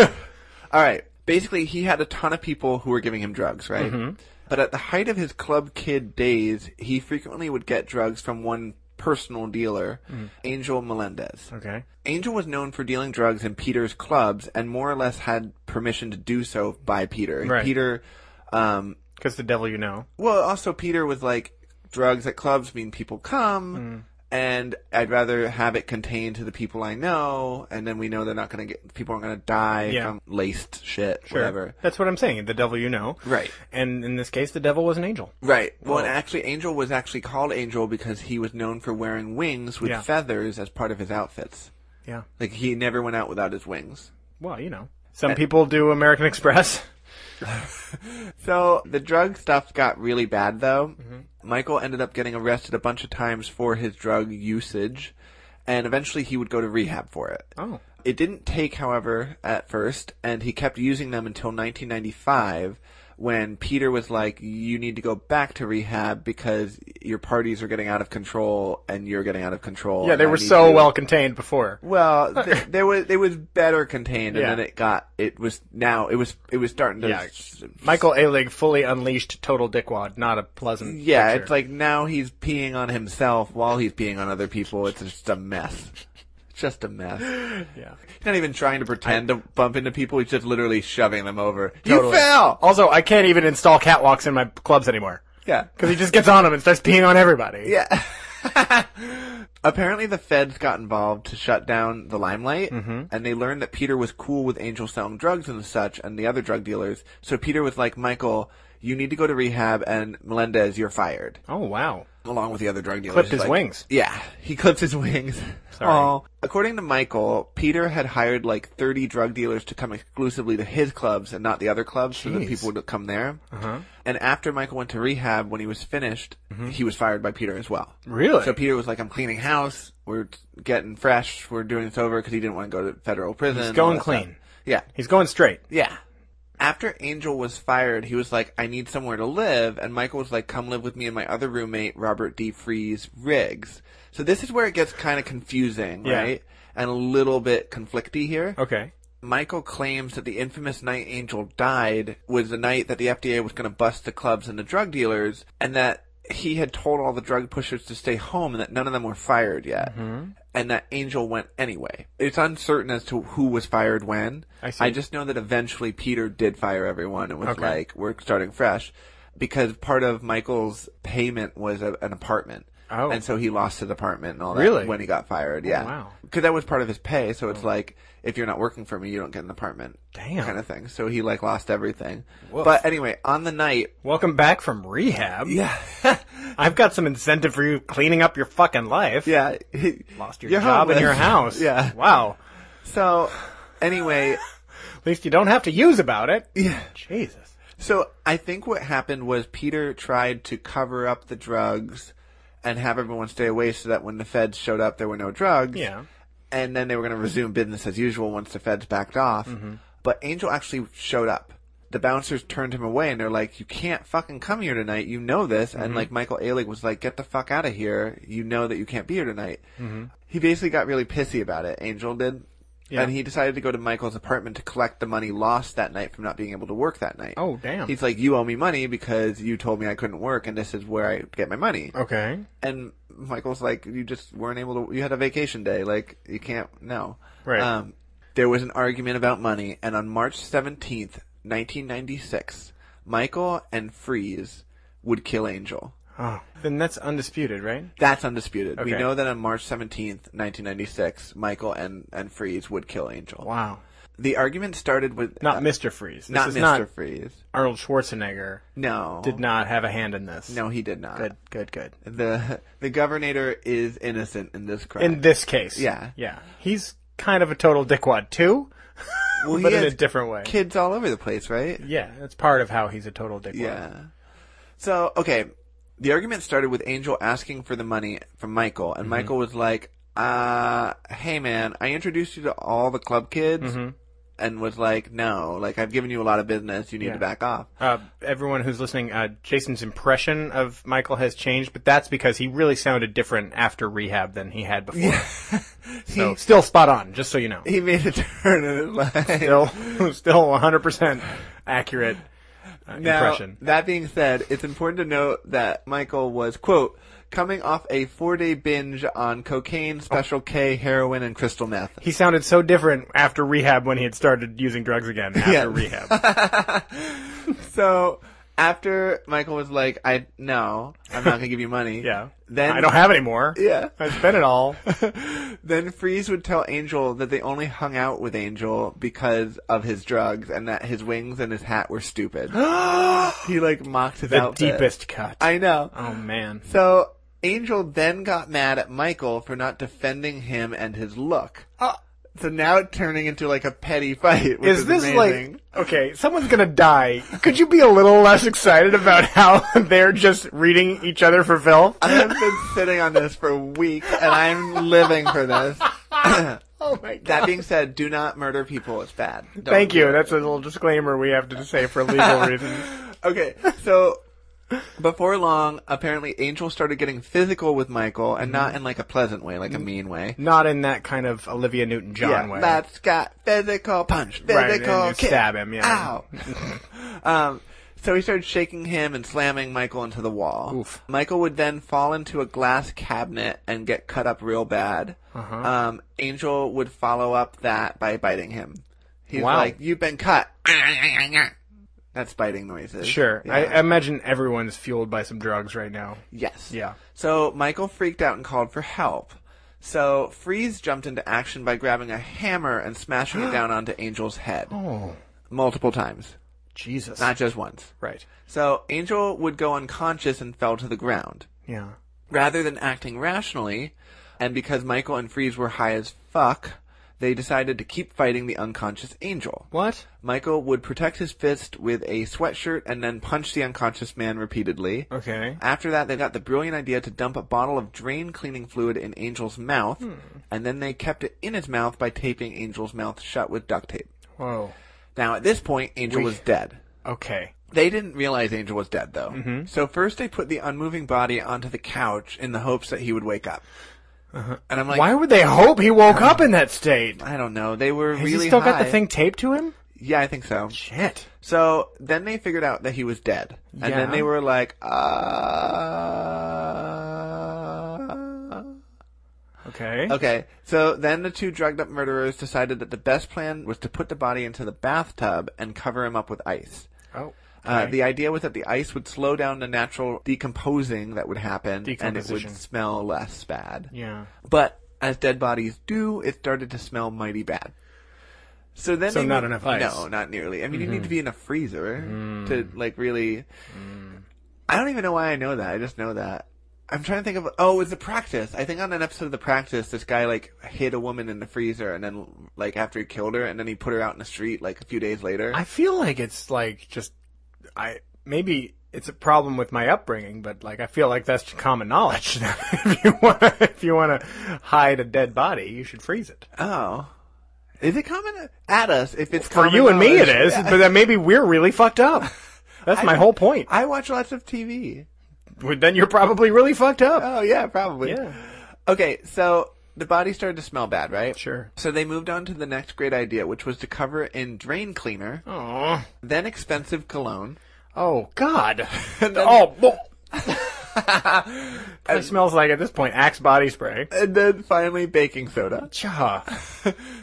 [SPEAKER 4] right. Basically, he had a ton of people who were giving him drugs, right?
[SPEAKER 1] Mm-hmm.
[SPEAKER 4] But at the height of his club kid days, he frequently would get drugs from one personal dealer,
[SPEAKER 1] Mm-hmm.
[SPEAKER 4] Angel Melendez.
[SPEAKER 1] Okay.
[SPEAKER 4] Angel was known for dealing drugs in Peter's clubs and more or less had permission to do so by Peter.
[SPEAKER 1] Right.
[SPEAKER 4] Peter, um,
[SPEAKER 1] Because the devil you know.
[SPEAKER 4] well, also Peter was like, drugs at clubs mean people
[SPEAKER 1] Mm.
[SPEAKER 4] come, and I'd rather have it contained to the people I know, and then we know they're not gonna get, people aren't gonna die
[SPEAKER 1] Yeah.
[SPEAKER 4] from laced shit, whatever.
[SPEAKER 1] That's what I'm saying. The devil you know.
[SPEAKER 4] Right.
[SPEAKER 1] And in this case, the devil was an angel.
[SPEAKER 4] Right. Well, and actually, Angel was actually called Angel because he was known for wearing wings with
[SPEAKER 1] Yeah.
[SPEAKER 4] feathers as part of his outfits.
[SPEAKER 1] Yeah.
[SPEAKER 4] Like, he never went out without his wings.
[SPEAKER 1] Well, you know. Some people do American Express.
[SPEAKER 4] So the drug stuff got really bad though. Michael ended up getting arrested a bunch of times for his drug usage and eventually he would go to rehab for it.
[SPEAKER 1] Oh.
[SPEAKER 4] It didn't take however at first and he kept using them until 1995 when Peter was like you need to go back to rehab because your parties are getting out of control and you're getting out of control.
[SPEAKER 1] Yeah, they
[SPEAKER 4] and I
[SPEAKER 1] were
[SPEAKER 4] need
[SPEAKER 1] so
[SPEAKER 4] you."
[SPEAKER 1] well contained before.
[SPEAKER 4] Well, th- there was it was better contained and
[SPEAKER 1] Yeah.
[SPEAKER 4] then it got it was now it was it was starting to
[SPEAKER 1] Yeah.
[SPEAKER 4] s-
[SPEAKER 1] Michael Alig fully unleashed total dickwad. Not a pleasant.
[SPEAKER 4] Yeah,
[SPEAKER 1] picture.
[SPEAKER 4] it's like now he's peeing on himself while he's peeing on other people. It's just a mess. It's just a mess. He's
[SPEAKER 1] Yeah.
[SPEAKER 4] not even trying to pretend to bump into people. He's just literally shoving them over.
[SPEAKER 1] Totally.
[SPEAKER 4] You fell. Oh,
[SPEAKER 1] Also, I can't even install catwalks in my clubs anymore.
[SPEAKER 4] Yeah.
[SPEAKER 1] Because he just gets on them and starts peeing on everybody.
[SPEAKER 4] Yeah. Apparently, the feds got involved to shut down the limelight,
[SPEAKER 1] Mm-hmm.
[SPEAKER 4] and they learned that Peter was cool with Angel selling drugs and such, and the other drug dealers. So Peter was like, "Michael, you need to go to rehab, and Melendez, you're fired."
[SPEAKER 1] Oh, wow.
[SPEAKER 4] along with the other drug dealers.
[SPEAKER 1] Clipped his
[SPEAKER 4] like-
[SPEAKER 1] wings.
[SPEAKER 4] Yeah, he clipped his wings.
[SPEAKER 1] Sorry.
[SPEAKER 4] Aw. According to Michael, Peter had hired like 30 drug dealers to come exclusively to his clubs and not the other clubs, so that
[SPEAKER 1] Jeez. Uh-huh.
[SPEAKER 4] people would come there. And after Michael went to rehab, when he was finished,
[SPEAKER 1] Mm-hmm.
[SPEAKER 4] he was fired by Peter as well.
[SPEAKER 1] Really?
[SPEAKER 4] So Peter was like, "I'm cleaning house. We're getting fresh. We're doing this over," because he didn't want to go to federal prison. all
[SPEAKER 1] going
[SPEAKER 4] that stuff.
[SPEAKER 1] clean.
[SPEAKER 4] Yeah.
[SPEAKER 1] He's going straight.
[SPEAKER 4] Yeah. After Angel was fired, he was like, I need somewhere to live. And Michael was like, come live with me and my other roommate, Robert D. Freeze Riggs. So this is where it gets kind of confusing,
[SPEAKER 1] Yeah.
[SPEAKER 4] right? And a little bit conflicty here.
[SPEAKER 1] Okay.
[SPEAKER 4] Michael claims that the infamous night Angel died was the night that the FDA was going to bust the clubs and the drug dealers, and that he had told all the drug pushers to stay home and that none of them were fired yet.
[SPEAKER 1] Mm-hmm.
[SPEAKER 4] And that Angel went anyway. It's uncertain as to who was fired when.
[SPEAKER 1] I see.
[SPEAKER 4] just know that eventually Peter did fire everyone and was
[SPEAKER 1] Okay.
[SPEAKER 4] like, we're starting fresh. Because part of Michael's payment was a, an apartment.
[SPEAKER 1] Oh.
[SPEAKER 4] and so he lost his apartment and all that
[SPEAKER 1] Really?
[SPEAKER 4] when he got fired. Yeah,
[SPEAKER 1] wow. Oh.
[SPEAKER 4] because that was part of his pay. So it's like if you're not working for me, you don't get an apartment.
[SPEAKER 1] Damn.
[SPEAKER 4] kind of thing. So he like lost everything.
[SPEAKER 1] Woof.
[SPEAKER 4] But anyway, on the night,
[SPEAKER 1] Welcome back from rehab.
[SPEAKER 4] yeah,
[SPEAKER 1] I've got some incentive for you cleaning up your fucking life.
[SPEAKER 4] yeah, he-
[SPEAKER 1] Lost your
[SPEAKER 4] you're
[SPEAKER 1] job and your
[SPEAKER 4] homeless.
[SPEAKER 1] house.
[SPEAKER 4] yeah.
[SPEAKER 1] Wow.
[SPEAKER 4] So anyway,
[SPEAKER 1] At least you don't have to use about it.
[SPEAKER 4] yeah.
[SPEAKER 1] Jesus.
[SPEAKER 4] So I think what happened was Peter tried to cover up the drugs and have everyone stay away so that when the feds showed up, there were no drugs.
[SPEAKER 1] Yeah.
[SPEAKER 4] And then they were going to resume business as usual once the feds backed off.
[SPEAKER 1] Mm-hmm.
[SPEAKER 4] But Angel actually showed up. The bouncers turned him away and they're like, you can't fucking come here tonight. You know this.
[SPEAKER 1] Mm-hmm.
[SPEAKER 4] And like Michael Ehrlich was like, get the fuck out of here. You know that you can't be here tonight. He basically got really pissy about it. Angel did.
[SPEAKER 1] Mm-hmm. Yeah.
[SPEAKER 4] And he decided to go to Michael's apartment to collect the money lost that night from not being able to work that night.
[SPEAKER 1] Oh, damn.
[SPEAKER 4] He's like, you owe me money because you told me I couldn't work, and this is where I get my money.
[SPEAKER 1] Okay.
[SPEAKER 4] And Michael's like, you just weren't able to. You had a vacation day, like you can't. No.
[SPEAKER 1] Right.
[SPEAKER 4] Um, there was an argument about money, and on March seventeenth, nineteen ninety six, Michael and Freeze would kill Angel.
[SPEAKER 1] Oh. Then that's undisputed, right?
[SPEAKER 4] That's undisputed. We
[SPEAKER 1] Okay.
[SPEAKER 4] know that on March seventeenth, nineteen ninety six, Michael and and Freeze would kill Angel.
[SPEAKER 1] Wow.
[SPEAKER 4] The argument started with
[SPEAKER 1] Not
[SPEAKER 4] uh,
[SPEAKER 1] Mr. Freeze. This
[SPEAKER 4] not
[SPEAKER 1] is
[SPEAKER 4] Mr.
[SPEAKER 1] not
[SPEAKER 4] Freeze.
[SPEAKER 1] Arnold Schwarzenegger
[SPEAKER 4] No,
[SPEAKER 1] did not have a hand in this. Uh,
[SPEAKER 4] No, he did not.
[SPEAKER 1] Good, good, good.
[SPEAKER 4] the the governor is innocent in this crime.
[SPEAKER 1] In this case.
[SPEAKER 4] Yeah.
[SPEAKER 1] Yeah. He's kind of a total dickwad too.
[SPEAKER 4] well, he
[SPEAKER 1] but in a
[SPEAKER 4] has
[SPEAKER 1] different way.
[SPEAKER 4] Kids all over the place, right?
[SPEAKER 1] Yeah, that's part of how he's a total dickwad.
[SPEAKER 4] Yeah. So okay, the argument started with Angel asking for the money from Michael,
[SPEAKER 1] Mm-hmm.
[SPEAKER 4] and Michael was like, "Uh, hey man, I introduced you to all the club kids."
[SPEAKER 1] Mm-hmm.
[SPEAKER 4] And was like, no, like I've given you a lot of business. You need
[SPEAKER 1] Yeah.
[SPEAKER 4] to back off.
[SPEAKER 1] Uh, everyone who's listening, uh, Jason's impression of Michael has changed, but that's because he really sounded different after rehab than he had before. so still spot on, just so you know.
[SPEAKER 4] He made a turn in his life.
[SPEAKER 1] Still, still 100% accurate uh, impression.
[SPEAKER 4] That being said, it's important to note that Michael was, quote, coming off a four day binge on cocaine, special K, heroin, and crystal meth.
[SPEAKER 1] Oh. He sounded so different after rehab when he had started using drugs again after
[SPEAKER 4] Yeah.
[SPEAKER 1] rehab.
[SPEAKER 4] So after Michael was like, I, no, I'm not gonna give you money.
[SPEAKER 1] Yeah.
[SPEAKER 4] Then,
[SPEAKER 1] I don't have any more.
[SPEAKER 4] yeah.
[SPEAKER 1] I spent it all.
[SPEAKER 4] then Freeze would tell Angel that they only hung out with Angel because of his drugs and that his wings and his hat were stupid. he like mocked his
[SPEAKER 1] The
[SPEAKER 4] outfit.
[SPEAKER 1] deepest cut.
[SPEAKER 4] I know.
[SPEAKER 1] oh man.
[SPEAKER 4] So Angel then got mad at Michael for not defending him and his look. So now it's turning into like a petty fight. Which is,
[SPEAKER 1] Uh, is this
[SPEAKER 4] amazing.
[SPEAKER 1] like okay someone's gonna die could you be a little less excited about how they're just reading each other for filth
[SPEAKER 4] I've been sitting on this for weeks and I'm living for this.
[SPEAKER 1] oh my god
[SPEAKER 4] That being said, do not murder people. It's bad. Don't
[SPEAKER 1] thank
[SPEAKER 4] do
[SPEAKER 1] you
[SPEAKER 4] it.
[SPEAKER 1] that's a little disclaimer we have to say for legal reasons
[SPEAKER 4] Okay, so before long, apparently Angel started getting physical with Michael and
[SPEAKER 1] Mm-hmm.
[SPEAKER 4] not in like a pleasant way, like a mean way.
[SPEAKER 1] not in that kind of olivia newton-john
[SPEAKER 4] yeah,
[SPEAKER 1] way
[SPEAKER 4] That's got physical punch, physical
[SPEAKER 1] Right, and you
[SPEAKER 4] kick.
[SPEAKER 1] stab him, yeah.
[SPEAKER 4] Ow. um, so he started shaking him and slamming Michael into the wall.
[SPEAKER 1] Oof.
[SPEAKER 4] Michael would then fall into a glass cabinet and get cut up real bad.
[SPEAKER 1] Uh-huh.
[SPEAKER 4] Um, Angel would follow up that by biting him. He's
[SPEAKER 1] Wow.
[SPEAKER 4] like, "You've been cut." That's biting noises.
[SPEAKER 1] sure
[SPEAKER 4] Yeah.
[SPEAKER 1] I, I imagine everyone's fueled by some drugs right now
[SPEAKER 4] Yes.
[SPEAKER 1] Yeah.
[SPEAKER 4] So Michael freaked out and called for help. So Freeze jumped into action by grabbing a hammer and smashing it down onto Angel's head
[SPEAKER 1] oh
[SPEAKER 4] multiple times,
[SPEAKER 1] jesus
[SPEAKER 4] not just once.
[SPEAKER 1] right
[SPEAKER 4] So Angel would go unconscious and fell to the ground.
[SPEAKER 1] yeah
[SPEAKER 4] Rather than acting rationally, and because Michael and Freeze were high as fuck, they decided to keep fighting the unconscious Angel.
[SPEAKER 1] what
[SPEAKER 4] Michael would protect his fist with a sweatshirt and then punch the unconscious man repeatedly.
[SPEAKER 1] okay
[SPEAKER 4] After that, they got the brilliant idea to dump a bottle of drain cleaning fluid in Angel's mouth, and then they kept it in his mouth by taping Angel's mouth shut with duct tape.
[SPEAKER 1] whoa
[SPEAKER 4] Now, at this point, Angel was dead.
[SPEAKER 1] okay
[SPEAKER 4] They didn't realize Angel was dead, though.
[SPEAKER 1] Mm-hmm.
[SPEAKER 4] So first, they put the unmoving body onto the couch in the hopes that he would wake up. And I'm like,
[SPEAKER 1] Uh-huh. why would they hope he woke up in that state
[SPEAKER 4] I don't know. They were
[SPEAKER 1] has
[SPEAKER 4] really
[SPEAKER 1] he still got
[SPEAKER 4] high.
[SPEAKER 1] the thing taped to him
[SPEAKER 4] Yeah, I think so.
[SPEAKER 1] shit
[SPEAKER 4] So then they figured out that he was dead, and then
[SPEAKER 1] Yeah.
[SPEAKER 4] they were like, uh...
[SPEAKER 1] okay
[SPEAKER 4] Okay, so then the two drugged up murderers decided that the best plan was to put the body into the bathtub and cover him up with ice.
[SPEAKER 1] oh
[SPEAKER 4] Uh, The idea was that the ice would slow down the natural decomposing that would happen, and it
[SPEAKER 1] Decomposition.
[SPEAKER 4] would smell less bad.
[SPEAKER 1] Yeah.
[SPEAKER 4] But as dead bodies do, it started to smell mighty bad. So then,
[SPEAKER 1] So
[SPEAKER 4] they
[SPEAKER 1] not
[SPEAKER 4] would-
[SPEAKER 1] enough ice. Mm-hmm. Mm.
[SPEAKER 4] No, not nearly. I mean, you need to be in a freezer to like really. I don't even know why I know that. I just know that. I'm trying to think of. Oh, it's the practice. I think on an episode of the practice, this guy like hid a woman in the freezer, and then like after he killed her, and then he put her out in the street like a few days later.
[SPEAKER 1] I feel like it's like just I maybe it's a problem with my upbringing, but like I feel like that's common knowledge. if you want if you want to hide a dead body, you should freeze it.
[SPEAKER 4] oh, is it common at us? If it's
[SPEAKER 1] For
[SPEAKER 4] common
[SPEAKER 1] you and me, it
[SPEAKER 4] knowledge-
[SPEAKER 1] is, but then maybe we're really fucked up. That's my whole point.
[SPEAKER 4] I watch lots of TV.
[SPEAKER 1] Well, then you're probably really fucked up.
[SPEAKER 4] Oh yeah, probably.
[SPEAKER 1] Yeah.
[SPEAKER 4] Okay, so the body started to smell bad, right?
[SPEAKER 1] Sure.
[SPEAKER 4] So they moved on to the next great idea, which was to cover it in drain cleaner,
[SPEAKER 1] Oh,
[SPEAKER 4] then expensive cologne.
[SPEAKER 1] oh God. oh, well, it smells like at this point Axe body spray.
[SPEAKER 4] And then finally baking soda.
[SPEAKER 1] Cha.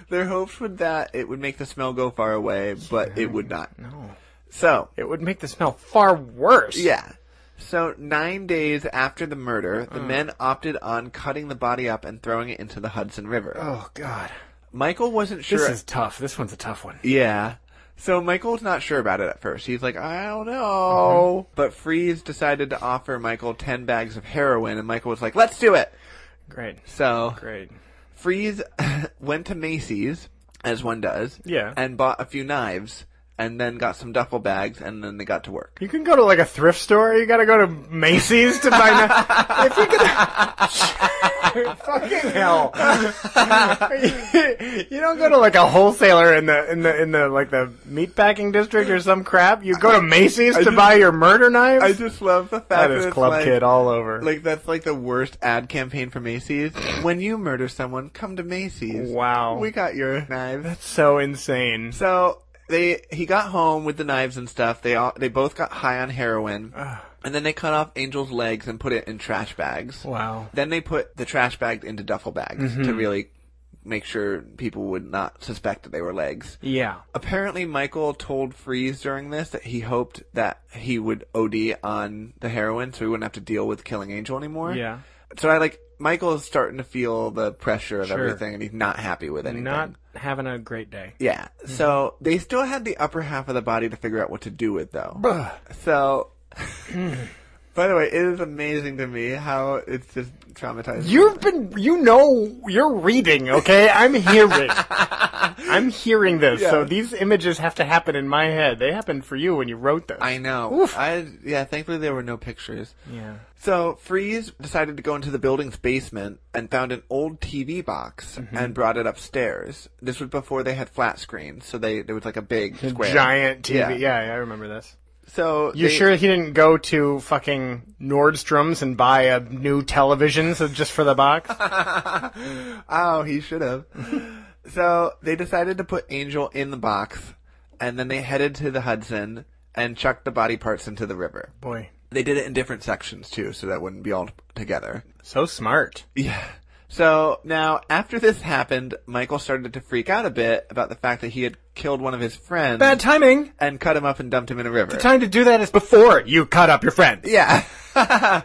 [SPEAKER 4] Their hopes were that it would make the smell go far away, but it would not. No. So
[SPEAKER 1] It would make the smell far worse.
[SPEAKER 4] yeah. So nine days after the murder,
[SPEAKER 1] Uh.
[SPEAKER 4] the men opted on cutting the body up and throwing it into the Hudson River.
[SPEAKER 1] Oh God.
[SPEAKER 4] Michael wasn't sure.
[SPEAKER 1] This is tough. This one's a tough one.
[SPEAKER 4] Yeah. So Michael's not sure about it at first. He's like, I don't know.
[SPEAKER 1] Uh-huh.
[SPEAKER 4] But Freeze decided to offer Michael 10 bags of heroin, and Michael was like, let's do it.
[SPEAKER 1] Great.
[SPEAKER 4] So
[SPEAKER 1] Great.
[SPEAKER 4] Freeze went to Macy's, as one does,
[SPEAKER 1] Yeah.
[SPEAKER 4] and bought a few knives, and then got some duffel bags, and then they got to work.
[SPEAKER 1] You can go to like a thrift store. You gotta go to Macy's to buy. kni- if you could, fucking hell! you don't go to like a wholesaler in the in the in the like the meat packing district or some crap. You go to Macy's to
[SPEAKER 4] just-
[SPEAKER 1] buy your murder knives.
[SPEAKER 4] I just love the fact
[SPEAKER 1] that is
[SPEAKER 4] it's
[SPEAKER 1] club
[SPEAKER 4] like,
[SPEAKER 1] kid all over.
[SPEAKER 4] Like, that's like the worst ad campaign for Macy's. when you murder someone, come to Macy's.
[SPEAKER 1] wow,
[SPEAKER 4] We got your knives.
[SPEAKER 1] so insane.
[SPEAKER 4] So they he got home with the knives and stuff. They all they both got high on heroin, and then they cut off Angel's legs and put it in trash bags.
[SPEAKER 1] Wow.
[SPEAKER 4] Then they put the trash bag into duffel bags
[SPEAKER 1] Mm-hmm.
[SPEAKER 4] to really make sure people would not suspect that they were legs.
[SPEAKER 1] Yeah.
[SPEAKER 4] Apparently, Michael told Freeze during this that he hoped that he would OD on the heroin, so he wouldn't have to deal with killing Angel anymore.
[SPEAKER 1] Yeah.
[SPEAKER 4] So I like Michael is starting to feel the pressure of
[SPEAKER 1] Sure.
[SPEAKER 4] everything, and he's not happy with anything.
[SPEAKER 1] Not having a great day.
[SPEAKER 4] Yeah.
[SPEAKER 1] Mm-hmm.
[SPEAKER 4] So they still had the upper half of the body to figure out what to do with, though. So,
[SPEAKER 1] Hmm.
[SPEAKER 4] by the way, it is amazing to me how it's just traumatizing.
[SPEAKER 1] You've been, you know, you're reading, okay? I'm hearing. I'm hearing this. So
[SPEAKER 4] Yeah.
[SPEAKER 1] these images have to happen in my head. They happened for you when you wrote this.
[SPEAKER 4] I know. I yeah. Thankfully, there were no pictures.
[SPEAKER 1] yeah.
[SPEAKER 4] So Freeze decided to go into the building's basement and found an old TV box
[SPEAKER 1] Mm-hmm.
[SPEAKER 4] and brought it upstairs. This was before they had flat screens, so they there was like a big square.
[SPEAKER 1] Giant TV. Yeah.
[SPEAKER 4] Yeah.
[SPEAKER 1] I remember this.
[SPEAKER 4] So
[SPEAKER 1] You
[SPEAKER 4] they-
[SPEAKER 1] sure he didn't go to fucking Nordstrom's and buy a new television so just for the box?
[SPEAKER 4] Oh, he should have. so they decided to put Angel in the box, and then they headed to the Hudson and chucked the body parts into the river.
[SPEAKER 1] Boy,
[SPEAKER 4] They did it in different sections too, so that wouldn't be all together.
[SPEAKER 1] so smart.
[SPEAKER 4] Yeah. So now, after this happened, Michael started to freak out a bit about the fact that he had killed one of his friends
[SPEAKER 1] Bad timing.
[SPEAKER 4] and cut him up and dumped him in a river.
[SPEAKER 1] The time to do that is before you cut up your friend.
[SPEAKER 4] Yeah.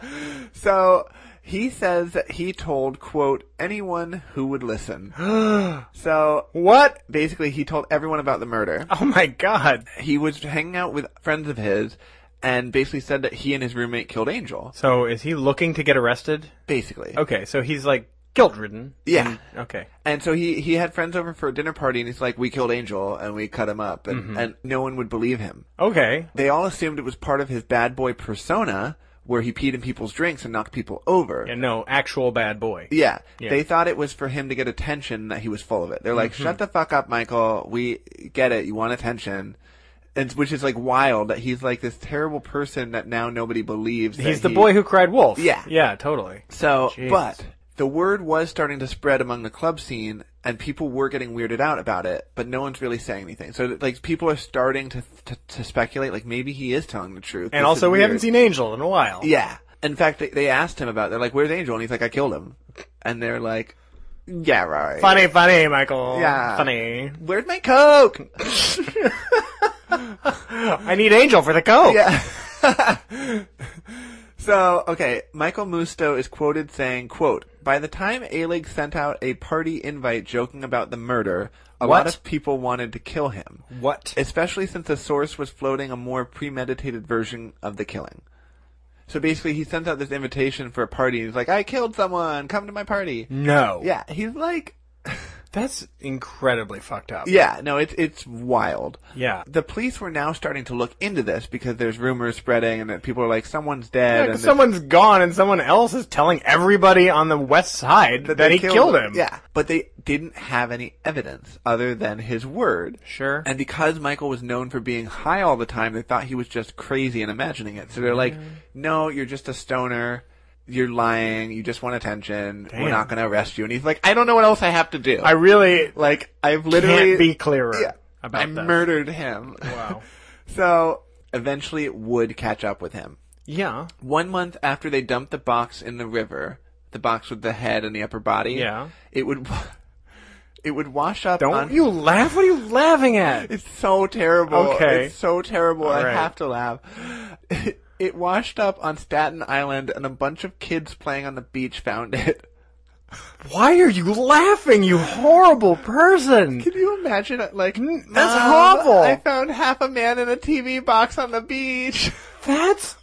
[SPEAKER 4] so he says that he told, quote, anyone who would listen. so
[SPEAKER 1] What?
[SPEAKER 4] basically he told everyone about the murder.
[SPEAKER 1] Oh my god.
[SPEAKER 4] He was hanging out with friends of his and basically said that he and his roommate killed Angel.
[SPEAKER 1] So is he looking to get arrested?
[SPEAKER 4] Basically.
[SPEAKER 1] Okay, so he's like guilt ridden.
[SPEAKER 4] Yeah.
[SPEAKER 1] Okay.
[SPEAKER 4] And so he, he had friends over for a dinner party and he's like, we killed Angel and we cut him up and,
[SPEAKER 1] Mm-hmm.
[SPEAKER 4] and no one would believe him.
[SPEAKER 1] Okay.
[SPEAKER 4] They all assumed it was part of his bad boy persona where he peed in people's drinks and knocked people over.
[SPEAKER 1] Yeah, no, actual bad boy.
[SPEAKER 4] Yeah.
[SPEAKER 1] Yeah. Mm-hmm.
[SPEAKER 4] They thought it was for him to get attention that he was full of it. They're like, shut the fuck up, Michael. We get it. You want attention. And which is like wild that he's like this terrible person that now nobody believes. that
[SPEAKER 1] He's the
[SPEAKER 4] he-
[SPEAKER 1] boy who cried wolf.
[SPEAKER 4] Yeah.
[SPEAKER 1] Yeah, totally.
[SPEAKER 4] So,
[SPEAKER 1] Jeez.
[SPEAKER 4] but the word was starting to spread among the club scene and people were getting weirded out about it, but no one's really saying anything. So like people are starting to, to, to speculate, like maybe he is telling the truth. This
[SPEAKER 1] And
[SPEAKER 4] is
[SPEAKER 1] also, we haven't
[SPEAKER 4] weird.
[SPEAKER 1] seen Angel in a while.
[SPEAKER 4] Yeah. In fact, they, they asked him about. They're like, "Where's Angel?" And he's like, "I killed him." And they're like, "Yeah, right."
[SPEAKER 1] Funny, funny, Michael.
[SPEAKER 4] Yeah.
[SPEAKER 1] Funny.
[SPEAKER 4] Where's my coke?
[SPEAKER 1] I need Angel for the coke.
[SPEAKER 4] Yeah. so, okay, Michael Musto is quoted saying, quote, by the time A-League sent out a party invite joking about the murder, a lot
[SPEAKER 1] What?
[SPEAKER 4] of people wanted to kill him.
[SPEAKER 1] What?
[SPEAKER 4] Especially since the source was floating a more premeditated version of the killing. So basically, he sent out this invitation for a party. He's like, I killed someone. Come to my party.
[SPEAKER 1] no.
[SPEAKER 4] Yeah, he's like,
[SPEAKER 1] That's incredibly fucked up.
[SPEAKER 4] yeah, no, it's, it's wild.
[SPEAKER 1] Yeah.
[SPEAKER 4] The police were now starting to look into this because there's rumors spreading and that people are like, someone's dead.
[SPEAKER 1] Like,
[SPEAKER 4] and that-
[SPEAKER 1] someone's gone and someone else is telling everybody on the west side that,
[SPEAKER 4] they
[SPEAKER 1] he killed him.
[SPEAKER 4] Yeah, but they didn't have any evidence other than his word.
[SPEAKER 1] Sure.
[SPEAKER 4] And because Michael was known for being high all the time, they thought he was just crazy and imagining it. So they're like, "No, you're just a stoner. You're lying. You just want attention. We're
[SPEAKER 1] Damn.
[SPEAKER 4] not going to arrest you." And he's like, "I don't know what else I have to do.
[SPEAKER 1] I really
[SPEAKER 4] like I've literally
[SPEAKER 1] can't be clearer
[SPEAKER 4] Yeah.
[SPEAKER 1] about
[SPEAKER 4] I
[SPEAKER 1] this.
[SPEAKER 4] murdered him."
[SPEAKER 1] Wow.
[SPEAKER 4] so eventually, it would catch up with him.
[SPEAKER 1] Yeah.
[SPEAKER 4] One month after they dumped the box in the river, the box with the head and the upper body,
[SPEAKER 1] Yeah.
[SPEAKER 4] it would it would wash up.
[SPEAKER 1] Don't
[SPEAKER 4] on-
[SPEAKER 1] you laugh? What are you laughing at?
[SPEAKER 4] It's so terrible.
[SPEAKER 1] Okay.
[SPEAKER 4] it's so terrible. I
[SPEAKER 1] right.
[SPEAKER 4] have to laugh. It, it washed up on Staten Island, and a bunch of kids playing on the beach found it.
[SPEAKER 1] Why are you laughing, you horrible person?
[SPEAKER 4] Can you imagine? it? Like
[SPEAKER 1] Mm, that's
[SPEAKER 4] "Mom,
[SPEAKER 1] horrible."
[SPEAKER 4] I found half a man in a TV box on the beach.
[SPEAKER 1] That's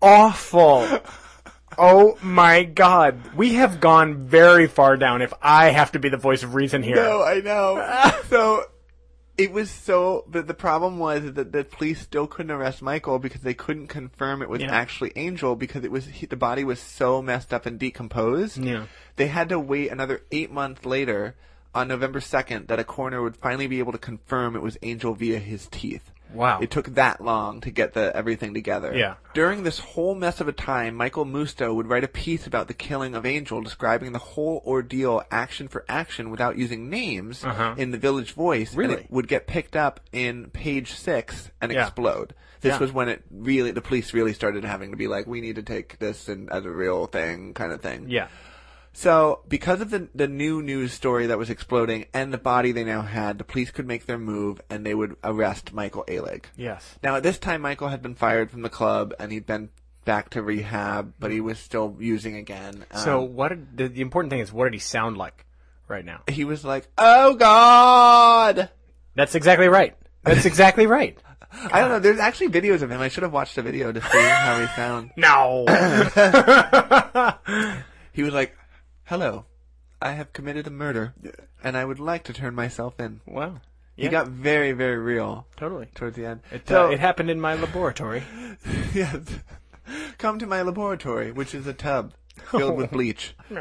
[SPEAKER 1] awful. Oh my god. We have gone very far down if I have to be the voice of reason here.
[SPEAKER 4] No, I know. so it was so. But the problem was that the police still couldn't arrest Michael because they couldn't confirm it was
[SPEAKER 1] Yeah.
[SPEAKER 4] actually Angel because it was he, the body was so messed up and decomposed.
[SPEAKER 1] Yeah.
[SPEAKER 4] They had to wait another eight months later on November second that a coroner would finally be able to confirm it was Angel via his teeth.
[SPEAKER 1] Wow.
[SPEAKER 4] It took that long to get the everything together.
[SPEAKER 1] Yeah.
[SPEAKER 4] During this whole mess of a time, Michael Musto would write a piece about the killing of Angel, describing the whole ordeal action for action without using names
[SPEAKER 1] Uh-huh.
[SPEAKER 4] in the Village Voice.
[SPEAKER 1] Really?
[SPEAKER 4] And it would get picked up in page six and
[SPEAKER 1] Yeah.
[SPEAKER 4] explode. This
[SPEAKER 1] Yeah.
[SPEAKER 4] was when it really, the police really started having to be like, we need to take this and as a real thing, kind of thing.
[SPEAKER 1] Yeah.
[SPEAKER 4] So, because of the the new news story that was exploding and the body they now had, the police could make their move and they would arrest Michael Alig.
[SPEAKER 1] Yes.
[SPEAKER 4] Now, at this time, Michael had been fired from the club and he'd been back to rehab, but he was still using again. Um,
[SPEAKER 1] So what did, the, the important thing is what did he sound like right now?
[SPEAKER 4] he was like, "Oh God."
[SPEAKER 1] That's exactly right. That's exactly right.
[SPEAKER 4] I don't know. There's actually videos of him. I should have watched a video to see how he sound.
[SPEAKER 1] No.
[SPEAKER 4] He was like, "Hello, I have committed a murder, and I would like to turn myself in."
[SPEAKER 1] wow.
[SPEAKER 4] He got very, very real
[SPEAKER 1] totally.
[SPEAKER 4] towards the end.
[SPEAKER 1] It,
[SPEAKER 4] So-
[SPEAKER 1] uh, it happened in my laboratory.
[SPEAKER 4] Yes. Come to my laboratory, which is a tub filled with bleach. All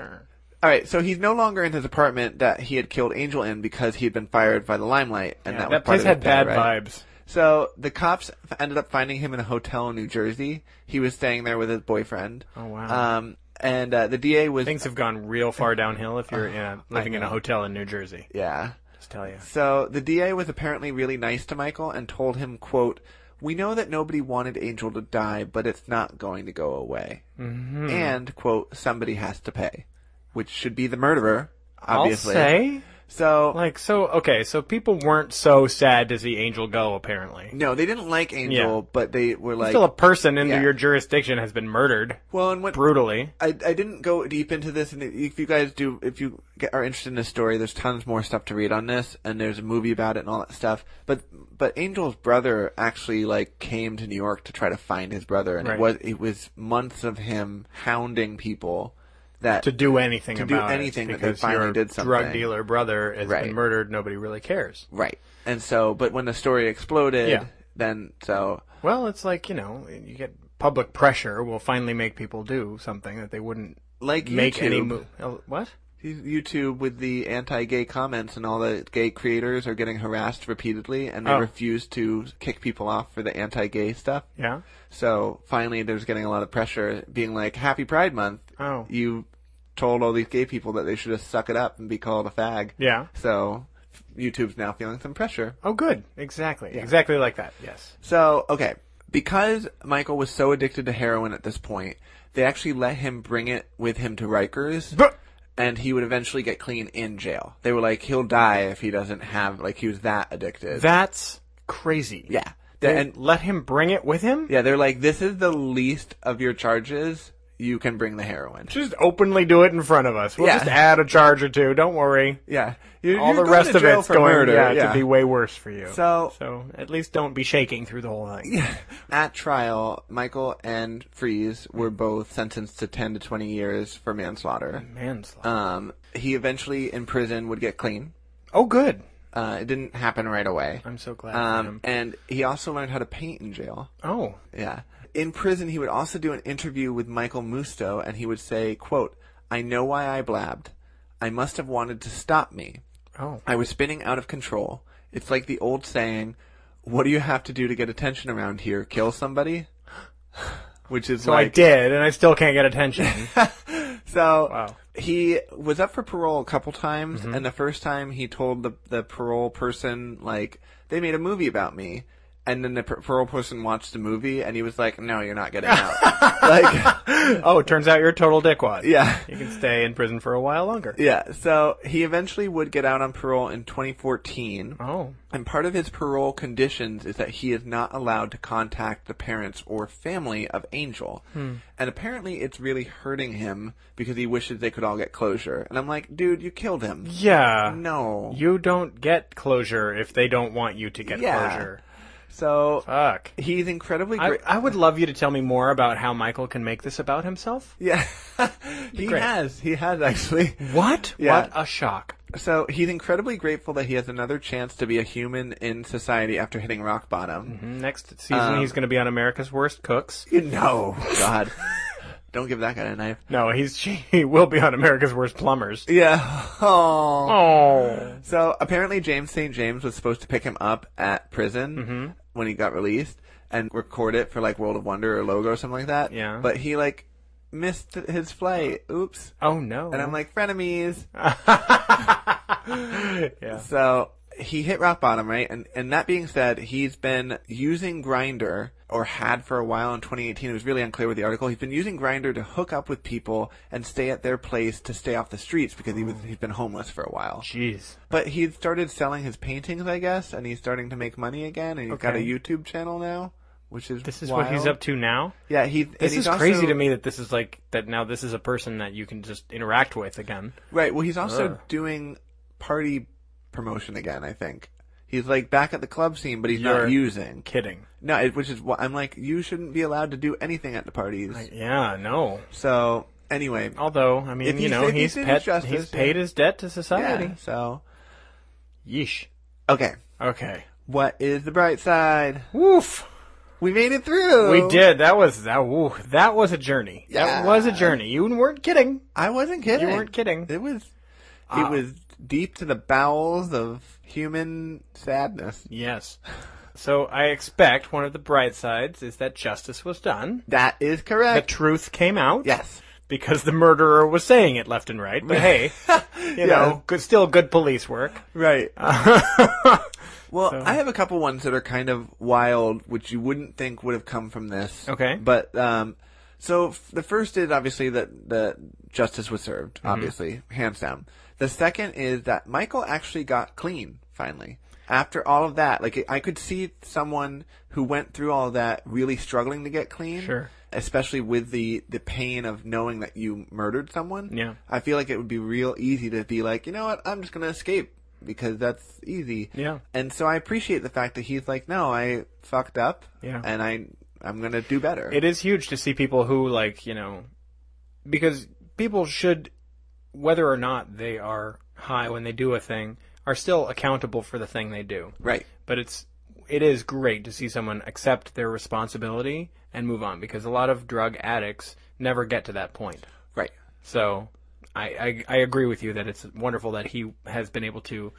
[SPEAKER 4] right, so he's no longer in his apartment that he had killed Angel in because he had been fired by the limelight, and
[SPEAKER 1] that
[SPEAKER 4] that, was part
[SPEAKER 1] place
[SPEAKER 4] of
[SPEAKER 1] had
[SPEAKER 4] his pay,
[SPEAKER 1] bad
[SPEAKER 4] right?
[SPEAKER 1] vibes.
[SPEAKER 4] So the cops f- ended up finding him in a hotel in New Jersey. He was staying there with his boyfriend.
[SPEAKER 1] Oh, wow.
[SPEAKER 4] Um, and uh, the DA was
[SPEAKER 1] Things have gone real far downhill if you're yeah, living in a
[SPEAKER 4] Oh, know.
[SPEAKER 1] hotel in New Jersey.
[SPEAKER 4] yeah.
[SPEAKER 1] Just tell you.
[SPEAKER 4] So the DA was apparently really nice to Michael and told him, quote, we know that nobody wanted Angel to die, but it's not going to go away. Mm-hmm. And, quote, somebody has to pay, which should be the murderer, obviously.
[SPEAKER 1] I'll say,
[SPEAKER 4] So,
[SPEAKER 1] like, so okay, so people weren't so sad to see Angel go. Apparently,
[SPEAKER 4] no, they didn't like Angel,
[SPEAKER 1] Yeah.
[SPEAKER 4] but they were like,
[SPEAKER 1] still a person under
[SPEAKER 4] Yeah.
[SPEAKER 1] your jurisdiction has been murdered
[SPEAKER 4] well, and what,
[SPEAKER 1] brutally.
[SPEAKER 4] I, I didn't go deep into this, and if you guys do, if you get, are interested in this story, there's tons more stuff to read on this, and there's a movie about it and all that stuff. But but Angel's brother actually like came to New York to try to find his brother, and
[SPEAKER 1] Right.
[SPEAKER 4] it was it was months of him hounding people that
[SPEAKER 1] To do anything
[SPEAKER 4] To do
[SPEAKER 1] about
[SPEAKER 4] anything
[SPEAKER 1] it
[SPEAKER 4] that they
[SPEAKER 1] because
[SPEAKER 4] finally
[SPEAKER 1] your
[SPEAKER 4] did
[SPEAKER 1] drug
[SPEAKER 4] something.
[SPEAKER 1] dealer brother has
[SPEAKER 4] Right.
[SPEAKER 1] been murdered. Nobody really cares.
[SPEAKER 4] right, and so but when the story exploded,
[SPEAKER 1] Yeah.
[SPEAKER 4] then so
[SPEAKER 1] Well, it's like you know, you get public pressure will finally make people do something that they wouldn't
[SPEAKER 4] like
[SPEAKER 1] make any
[SPEAKER 4] YouTube,
[SPEAKER 1] move. What?
[SPEAKER 4] YouTube with the anti-gay comments and all the gay creators are getting harassed repeatedly, and they
[SPEAKER 1] Oh.
[SPEAKER 4] refuse to kick people off for the anti-gay stuff.
[SPEAKER 1] Yeah.
[SPEAKER 4] So finally, there's getting a lot of pressure, being like, "Happy Pride Month!
[SPEAKER 1] Oh.
[SPEAKER 4] You told all these gay people that they should just suck it up and be called a fag."
[SPEAKER 1] Yeah.
[SPEAKER 4] So YouTube's now feeling some pressure.
[SPEAKER 1] Oh, good. Exactly. Exactly like that. Yes.
[SPEAKER 4] So okay, because Michael was so addicted to heroin at this point, they actually let him bring it with him to Rikers.
[SPEAKER 1] But
[SPEAKER 4] and he would eventually get clean in jail. They were like, he'll die if he doesn't have, like, he was that addicted.
[SPEAKER 1] that's crazy.
[SPEAKER 4] Yeah.
[SPEAKER 1] They
[SPEAKER 4] and
[SPEAKER 1] let him bring it with him?
[SPEAKER 4] yeah, they're like, this is the least of your charges. You can bring the heroin.
[SPEAKER 1] Just openly do it in front of us. We'll
[SPEAKER 4] Yeah.
[SPEAKER 1] just add a charge or two. Don't worry.
[SPEAKER 4] Yeah. You-
[SPEAKER 1] All
[SPEAKER 4] you're
[SPEAKER 1] the
[SPEAKER 4] going
[SPEAKER 1] rest
[SPEAKER 4] to
[SPEAKER 1] of
[SPEAKER 4] jail
[SPEAKER 1] it's
[SPEAKER 4] for
[SPEAKER 1] going
[SPEAKER 4] murder,
[SPEAKER 1] yeah,
[SPEAKER 4] yeah.
[SPEAKER 1] to be way worse for you.
[SPEAKER 4] So-
[SPEAKER 1] so at least don't be shaking through the whole thing.
[SPEAKER 4] At trial, Michael and Freeze were both sentenced to 10 to 20 years for manslaughter.
[SPEAKER 1] Manslaughter.
[SPEAKER 4] Um, he eventually in prison would get clean.
[SPEAKER 1] oh, good.
[SPEAKER 4] Uh, it didn't happen right away.
[SPEAKER 1] I'm so glad. for
[SPEAKER 4] Um,
[SPEAKER 1] him.
[SPEAKER 4] and he also learned how to paint in jail.
[SPEAKER 1] Oh,
[SPEAKER 4] Yeah. In prison, he would also do an interview with Michael Musto, and he would say, quote, I know why I blabbed. I must have wanted to stop me.
[SPEAKER 1] oh,
[SPEAKER 4] I was spinning out of control. It's like the old saying, what do you have to do to get attention around here? Kill somebody? Which is
[SPEAKER 1] so I
[SPEAKER 4] like,
[SPEAKER 1] did, and I still can't get attention.
[SPEAKER 4] so
[SPEAKER 1] Wow. Mm-hmm.
[SPEAKER 4] he was up for parole a couple times, and the first time he told the the parole person like they made a movie about me, and then the par- parole person watched the movie and he was like, "No, you're not getting out." like,
[SPEAKER 1] oh, it turns out you're a total dickwad.
[SPEAKER 4] yeah,
[SPEAKER 1] you can stay in prison for a while longer.
[SPEAKER 4] yeah. So he eventually would get out on parole in 2014,
[SPEAKER 1] Oh,
[SPEAKER 4] and part of his parole conditions is that he is not allowed to contact the parents or family of Angel,
[SPEAKER 1] Hmm.
[SPEAKER 4] and apparently it's really hurting him because he wishes they could all get closure. And I'm like, dude, you killed him.
[SPEAKER 1] yeah.
[SPEAKER 4] No.
[SPEAKER 1] You don't get closure if they don't want you to get
[SPEAKER 4] Yeah.
[SPEAKER 1] closure.
[SPEAKER 4] So
[SPEAKER 1] Fuck.
[SPEAKER 4] he's incredibly
[SPEAKER 1] I,
[SPEAKER 4] great.
[SPEAKER 1] I would love you to tell me more about how Michael can make this about himself.
[SPEAKER 4] yeah, he
[SPEAKER 1] Great.
[SPEAKER 4] has. He has actually.
[SPEAKER 1] What?
[SPEAKER 4] Yeah.
[SPEAKER 1] What a shock.
[SPEAKER 4] So he's incredibly grateful that he has another chance to be a human in society after hitting rock
[SPEAKER 1] Mm-hmm.
[SPEAKER 4] bottom.
[SPEAKER 1] Next season,
[SPEAKER 4] Um,
[SPEAKER 1] he's going to be on America's Worst Cooks.
[SPEAKER 4] You know, God, don't give that guy a knife.
[SPEAKER 1] No, he's he will be on America's Worst Plumbers.
[SPEAKER 4] Yeah. Aw.
[SPEAKER 1] Oh,
[SPEAKER 4] So apparently James St. James was supposed to pick him up at prison when he got released and record it for like World of Wonder or Logo or something like that.
[SPEAKER 1] Yeah.
[SPEAKER 4] But he like missed his flight. Oops.
[SPEAKER 1] oh no.
[SPEAKER 4] And I'm like, frenemies.
[SPEAKER 1] yeah.
[SPEAKER 4] So he hit rock bottom, right? And and that being said, he's been using Grinder or had for a while in 2018. It was really unclear with the article. He's been using Grinder to hook up with people and stay at their place to stay off the streets because he was he's been homeless for a while.
[SPEAKER 1] Jeez.
[SPEAKER 4] But he started selling his paintings, I guess, and he's starting to make money again. And he's got a
[SPEAKER 1] Okay.
[SPEAKER 4] YouTube channel now, which is
[SPEAKER 1] This is what he's
[SPEAKER 4] wild.
[SPEAKER 1] up to now.
[SPEAKER 4] Yeah, he. and
[SPEAKER 1] This
[SPEAKER 4] he's
[SPEAKER 1] is crazy
[SPEAKER 4] also-
[SPEAKER 1] to me that this is like that now. This is a person that you can just interact with again.
[SPEAKER 4] Right. Well, he's also
[SPEAKER 1] Ugh.
[SPEAKER 4] doing party promotion again. I think he's like back at the club scene, but he's not
[SPEAKER 1] You're-
[SPEAKER 4] using.
[SPEAKER 1] Kidding.
[SPEAKER 4] No, it, which is why I'm like, you shouldn't be allowed to do anything at the parties.
[SPEAKER 1] Yeah. No.
[SPEAKER 4] So anyway,
[SPEAKER 1] Although I mean,
[SPEAKER 4] If
[SPEAKER 1] you
[SPEAKER 4] he's-
[SPEAKER 1] know,
[SPEAKER 4] if
[SPEAKER 1] he's
[SPEAKER 4] he's in
[SPEAKER 1] pet,
[SPEAKER 4] justice,
[SPEAKER 1] he's
[SPEAKER 4] yeah.
[SPEAKER 1] paid his debt to
[SPEAKER 4] yeah.
[SPEAKER 1] society.
[SPEAKER 4] So
[SPEAKER 1] Yeesh.
[SPEAKER 4] okay,
[SPEAKER 1] Okay.
[SPEAKER 4] what is the bright side?
[SPEAKER 1] Woof.
[SPEAKER 4] We made it through.
[SPEAKER 1] We did. That was that. Woo, that was a journey. That
[SPEAKER 4] Yeah.
[SPEAKER 1] was a journey. You weren't kidding.
[SPEAKER 4] I wasn't kidding.
[SPEAKER 1] You weren't kidding. Uh,
[SPEAKER 4] It was. it was deep to the bowels of human sadness.
[SPEAKER 1] Yes. So I expect one of the bright sides is that justice was done.
[SPEAKER 4] That is
[SPEAKER 1] The
[SPEAKER 4] correct.
[SPEAKER 1] truth came out.
[SPEAKER 4] yes.
[SPEAKER 1] Because the murderer was saying it left and right. But hey, you know, good, still good police work.
[SPEAKER 4] Right. well, I have a couple ones that are kind of wild, which you wouldn't think would have come from this.
[SPEAKER 1] Okay.
[SPEAKER 4] But um, so f- the first is obviously that the justice was served,
[SPEAKER 1] Mm-hmm.
[SPEAKER 4] obviously, hands down. The second is that Michael actually got clean finally. After all of that, like I could see someone who went through all of that really struggling to get clean,
[SPEAKER 1] Sure.
[SPEAKER 4] especially with the the pain of knowing that you murdered someone.
[SPEAKER 1] Yeah.
[SPEAKER 4] I feel like it would be real easy to be like, you know what, I'm just gonna escape because that's easy.
[SPEAKER 1] Yeah.
[SPEAKER 4] And so I appreciate the fact that he's like, no, I fucked up.
[SPEAKER 1] Yeah.
[SPEAKER 4] And I I'm gonna do better.
[SPEAKER 1] It is huge to see people who, like, you know, because people should, whether or not they are high when they do a thing, are still accountable for the thing they do.
[SPEAKER 4] right.
[SPEAKER 1] but it's it is great to see someone accept their responsibility and move on because a lot of drug addicts never get to that point.
[SPEAKER 4] Right.
[SPEAKER 1] So I, I I agree with you that it's wonderful that he has been able to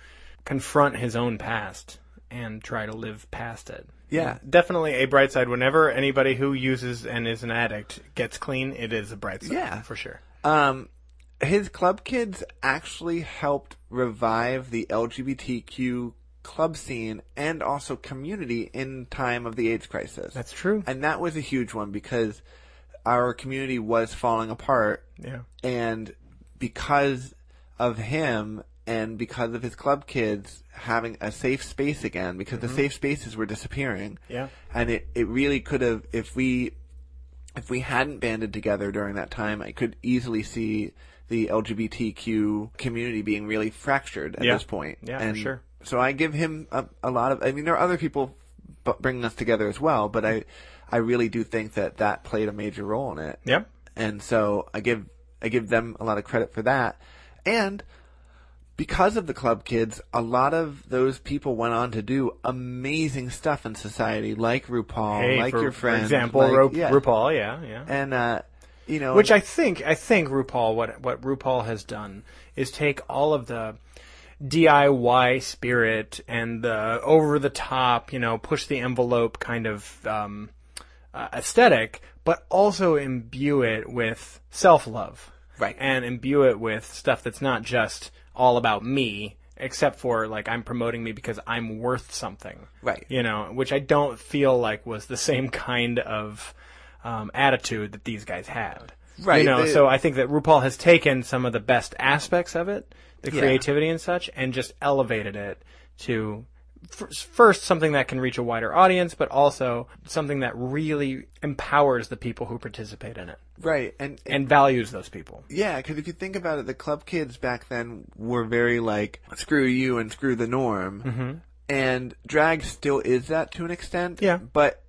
[SPEAKER 1] confront his own past and try to live past it.
[SPEAKER 4] Yeah.
[SPEAKER 1] Definitely a bright side. Whenever anybody who uses and is an addict gets clean, it is a bright side.
[SPEAKER 4] Yeah.
[SPEAKER 1] for sure.
[SPEAKER 4] Um his club kids actually helped revive the LGBTQ club scene and also community in time of the AIDS crisis.
[SPEAKER 1] That's true.
[SPEAKER 4] and that was a huge one because our community was falling apart
[SPEAKER 1] yeah.
[SPEAKER 4] and because of him and because of his club kids having a safe space again, because the safe spaces were disappearing.
[SPEAKER 1] Mm-hmm. Yeah.
[SPEAKER 4] And it, it really could have, if we, if we hadn't banded together during that time, I could easily see the LGBTQ community being really fractured at
[SPEAKER 1] Yeah.
[SPEAKER 4] this point.
[SPEAKER 1] Yeah, for
[SPEAKER 4] And
[SPEAKER 1] sure.
[SPEAKER 4] So I give him a, a lot of, I mean, there are other people b- bringing us together as well, but I, I really do think that that played a major role in it
[SPEAKER 1] Yep.
[SPEAKER 4] and so I give I give them a lot of credit for that. And because of the club kids, a lot of those people went on to do amazing stuff in society, like RuPaul,
[SPEAKER 1] Hey,
[SPEAKER 4] like
[SPEAKER 1] for,
[SPEAKER 4] your friend,
[SPEAKER 1] for example,
[SPEAKER 4] like-
[SPEAKER 1] Ru-
[SPEAKER 4] yeah.
[SPEAKER 1] RuPaul. Yeah, yeah.
[SPEAKER 4] and uh, you know,
[SPEAKER 1] Which I think I think RuPaul what what RuPaul has done is take all of the DIY spirit and the over the top, you know, push the envelope kind of um, uh, aesthetic, but also imbue it with self love,
[SPEAKER 4] Right.
[SPEAKER 1] And imbue it with stuff that's not just all about me, except for like I'm promoting me because I'm worth something,
[SPEAKER 4] Right.
[SPEAKER 1] You know, which I don't feel like was the same kind of um, attitude that these guys had.
[SPEAKER 4] Right,
[SPEAKER 1] You know,
[SPEAKER 4] they-
[SPEAKER 1] so I think that RuPaul has taken some of the best aspects of it, the creativity and such, and just elevated it to f- first something that can reach a wider audience, but also something that really empowers the people who participate in it
[SPEAKER 4] right, and, and
[SPEAKER 1] and values those people.
[SPEAKER 4] yeah, because if you think about it, the club kids back then were very like screw you and screw the norm,
[SPEAKER 1] Mm-hmm.
[SPEAKER 4] and drag still is that to an extent,
[SPEAKER 1] Yeah.
[SPEAKER 4] but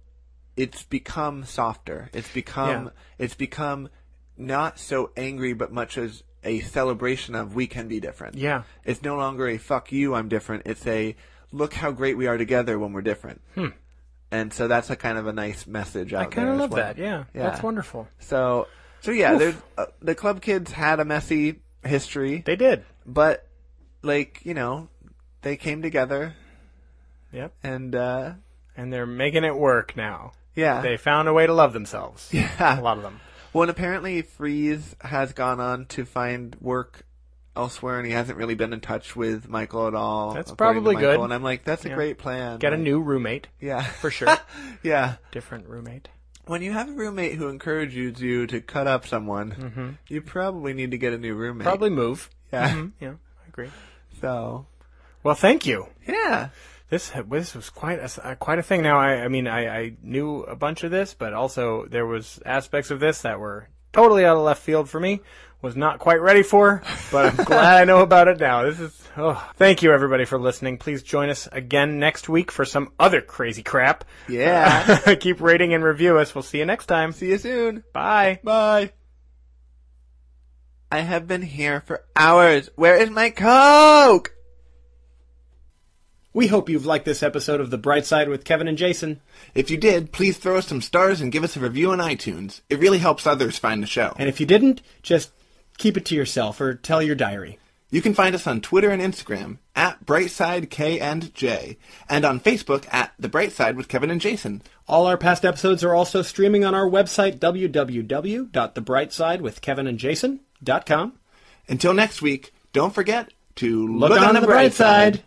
[SPEAKER 4] it's become softer. It's become
[SPEAKER 1] Yeah.
[SPEAKER 4] it's become not so angry, but much as a celebration of we can be different.
[SPEAKER 1] Yeah.
[SPEAKER 4] it's no longer a fuck you, I'm different. It's a look how great we are together when we're different. And so that's a kind of a nice message out
[SPEAKER 1] Hmm. I kind
[SPEAKER 4] there
[SPEAKER 1] of
[SPEAKER 4] as
[SPEAKER 1] love
[SPEAKER 4] well.
[SPEAKER 1] that. Yeah, that's wonderful.
[SPEAKER 4] So, so yeah, there's, uh, the club kids had a messy history,
[SPEAKER 1] They did.
[SPEAKER 4] but like you know, they came together
[SPEAKER 1] Yep.
[SPEAKER 4] and uh,
[SPEAKER 1] And they're making it work now.
[SPEAKER 4] yeah,
[SPEAKER 1] They found a way to love themselves.
[SPEAKER 4] Uh. yeah.
[SPEAKER 1] A lot of them.
[SPEAKER 4] Well, and apparently Freeze has gone on to find work elsewhere, and he hasn't really been in touch with Michael at all.
[SPEAKER 1] That's
[SPEAKER 4] according to
[SPEAKER 1] probably good.
[SPEAKER 4] Michael. And I'm like, that's a
[SPEAKER 1] Yeah.
[SPEAKER 4] great plan.
[SPEAKER 1] Got a
[SPEAKER 4] Like,
[SPEAKER 1] new roommate
[SPEAKER 4] yeah,
[SPEAKER 1] for sure.
[SPEAKER 4] yeah.
[SPEAKER 1] Different roommate.
[SPEAKER 4] When you have a roommate who encourages you to cut up someone, you probably need to get a new roommate.
[SPEAKER 1] Mm-hmm. Probably move.
[SPEAKER 4] Yeah.
[SPEAKER 1] Mhm, Yeah, I agree.
[SPEAKER 4] So,
[SPEAKER 1] Well, thank you.
[SPEAKER 4] yeah.
[SPEAKER 1] This this was quite a uh, quite a thing. Now, I, I mean, I, I knew a bunch of this, but also there was aspects of this that were totally out of left field for me. Was not quite ready for, but I'm glad I know about it now. This is oh, thank you everybody for listening. Please join us again next week for some other crazy crap.
[SPEAKER 4] Yeah.
[SPEAKER 1] Keep rating and review us. We'll see you next time.
[SPEAKER 4] See you soon.
[SPEAKER 1] Bye.
[SPEAKER 4] Bye. I have been here for hours. Where is my Coke?
[SPEAKER 1] We hope you've liked this episode of The Bright Side with Kevin and Jason.
[SPEAKER 4] If you did, please throw us some stars and give us a review on iTunes. It really helps others find the show.
[SPEAKER 1] And if you didn't, just keep it to yourself or tell your diary.
[SPEAKER 4] You can find us on Twitter and Instagram at Brightside K and J, and on Facebook at The Bright Side with Kevin and Jason.
[SPEAKER 1] All our past episodes are also streaming on our website, www.thebrightsidewithkevinandjason.com.
[SPEAKER 4] Until next week, don't forget to
[SPEAKER 1] Look on the bright side.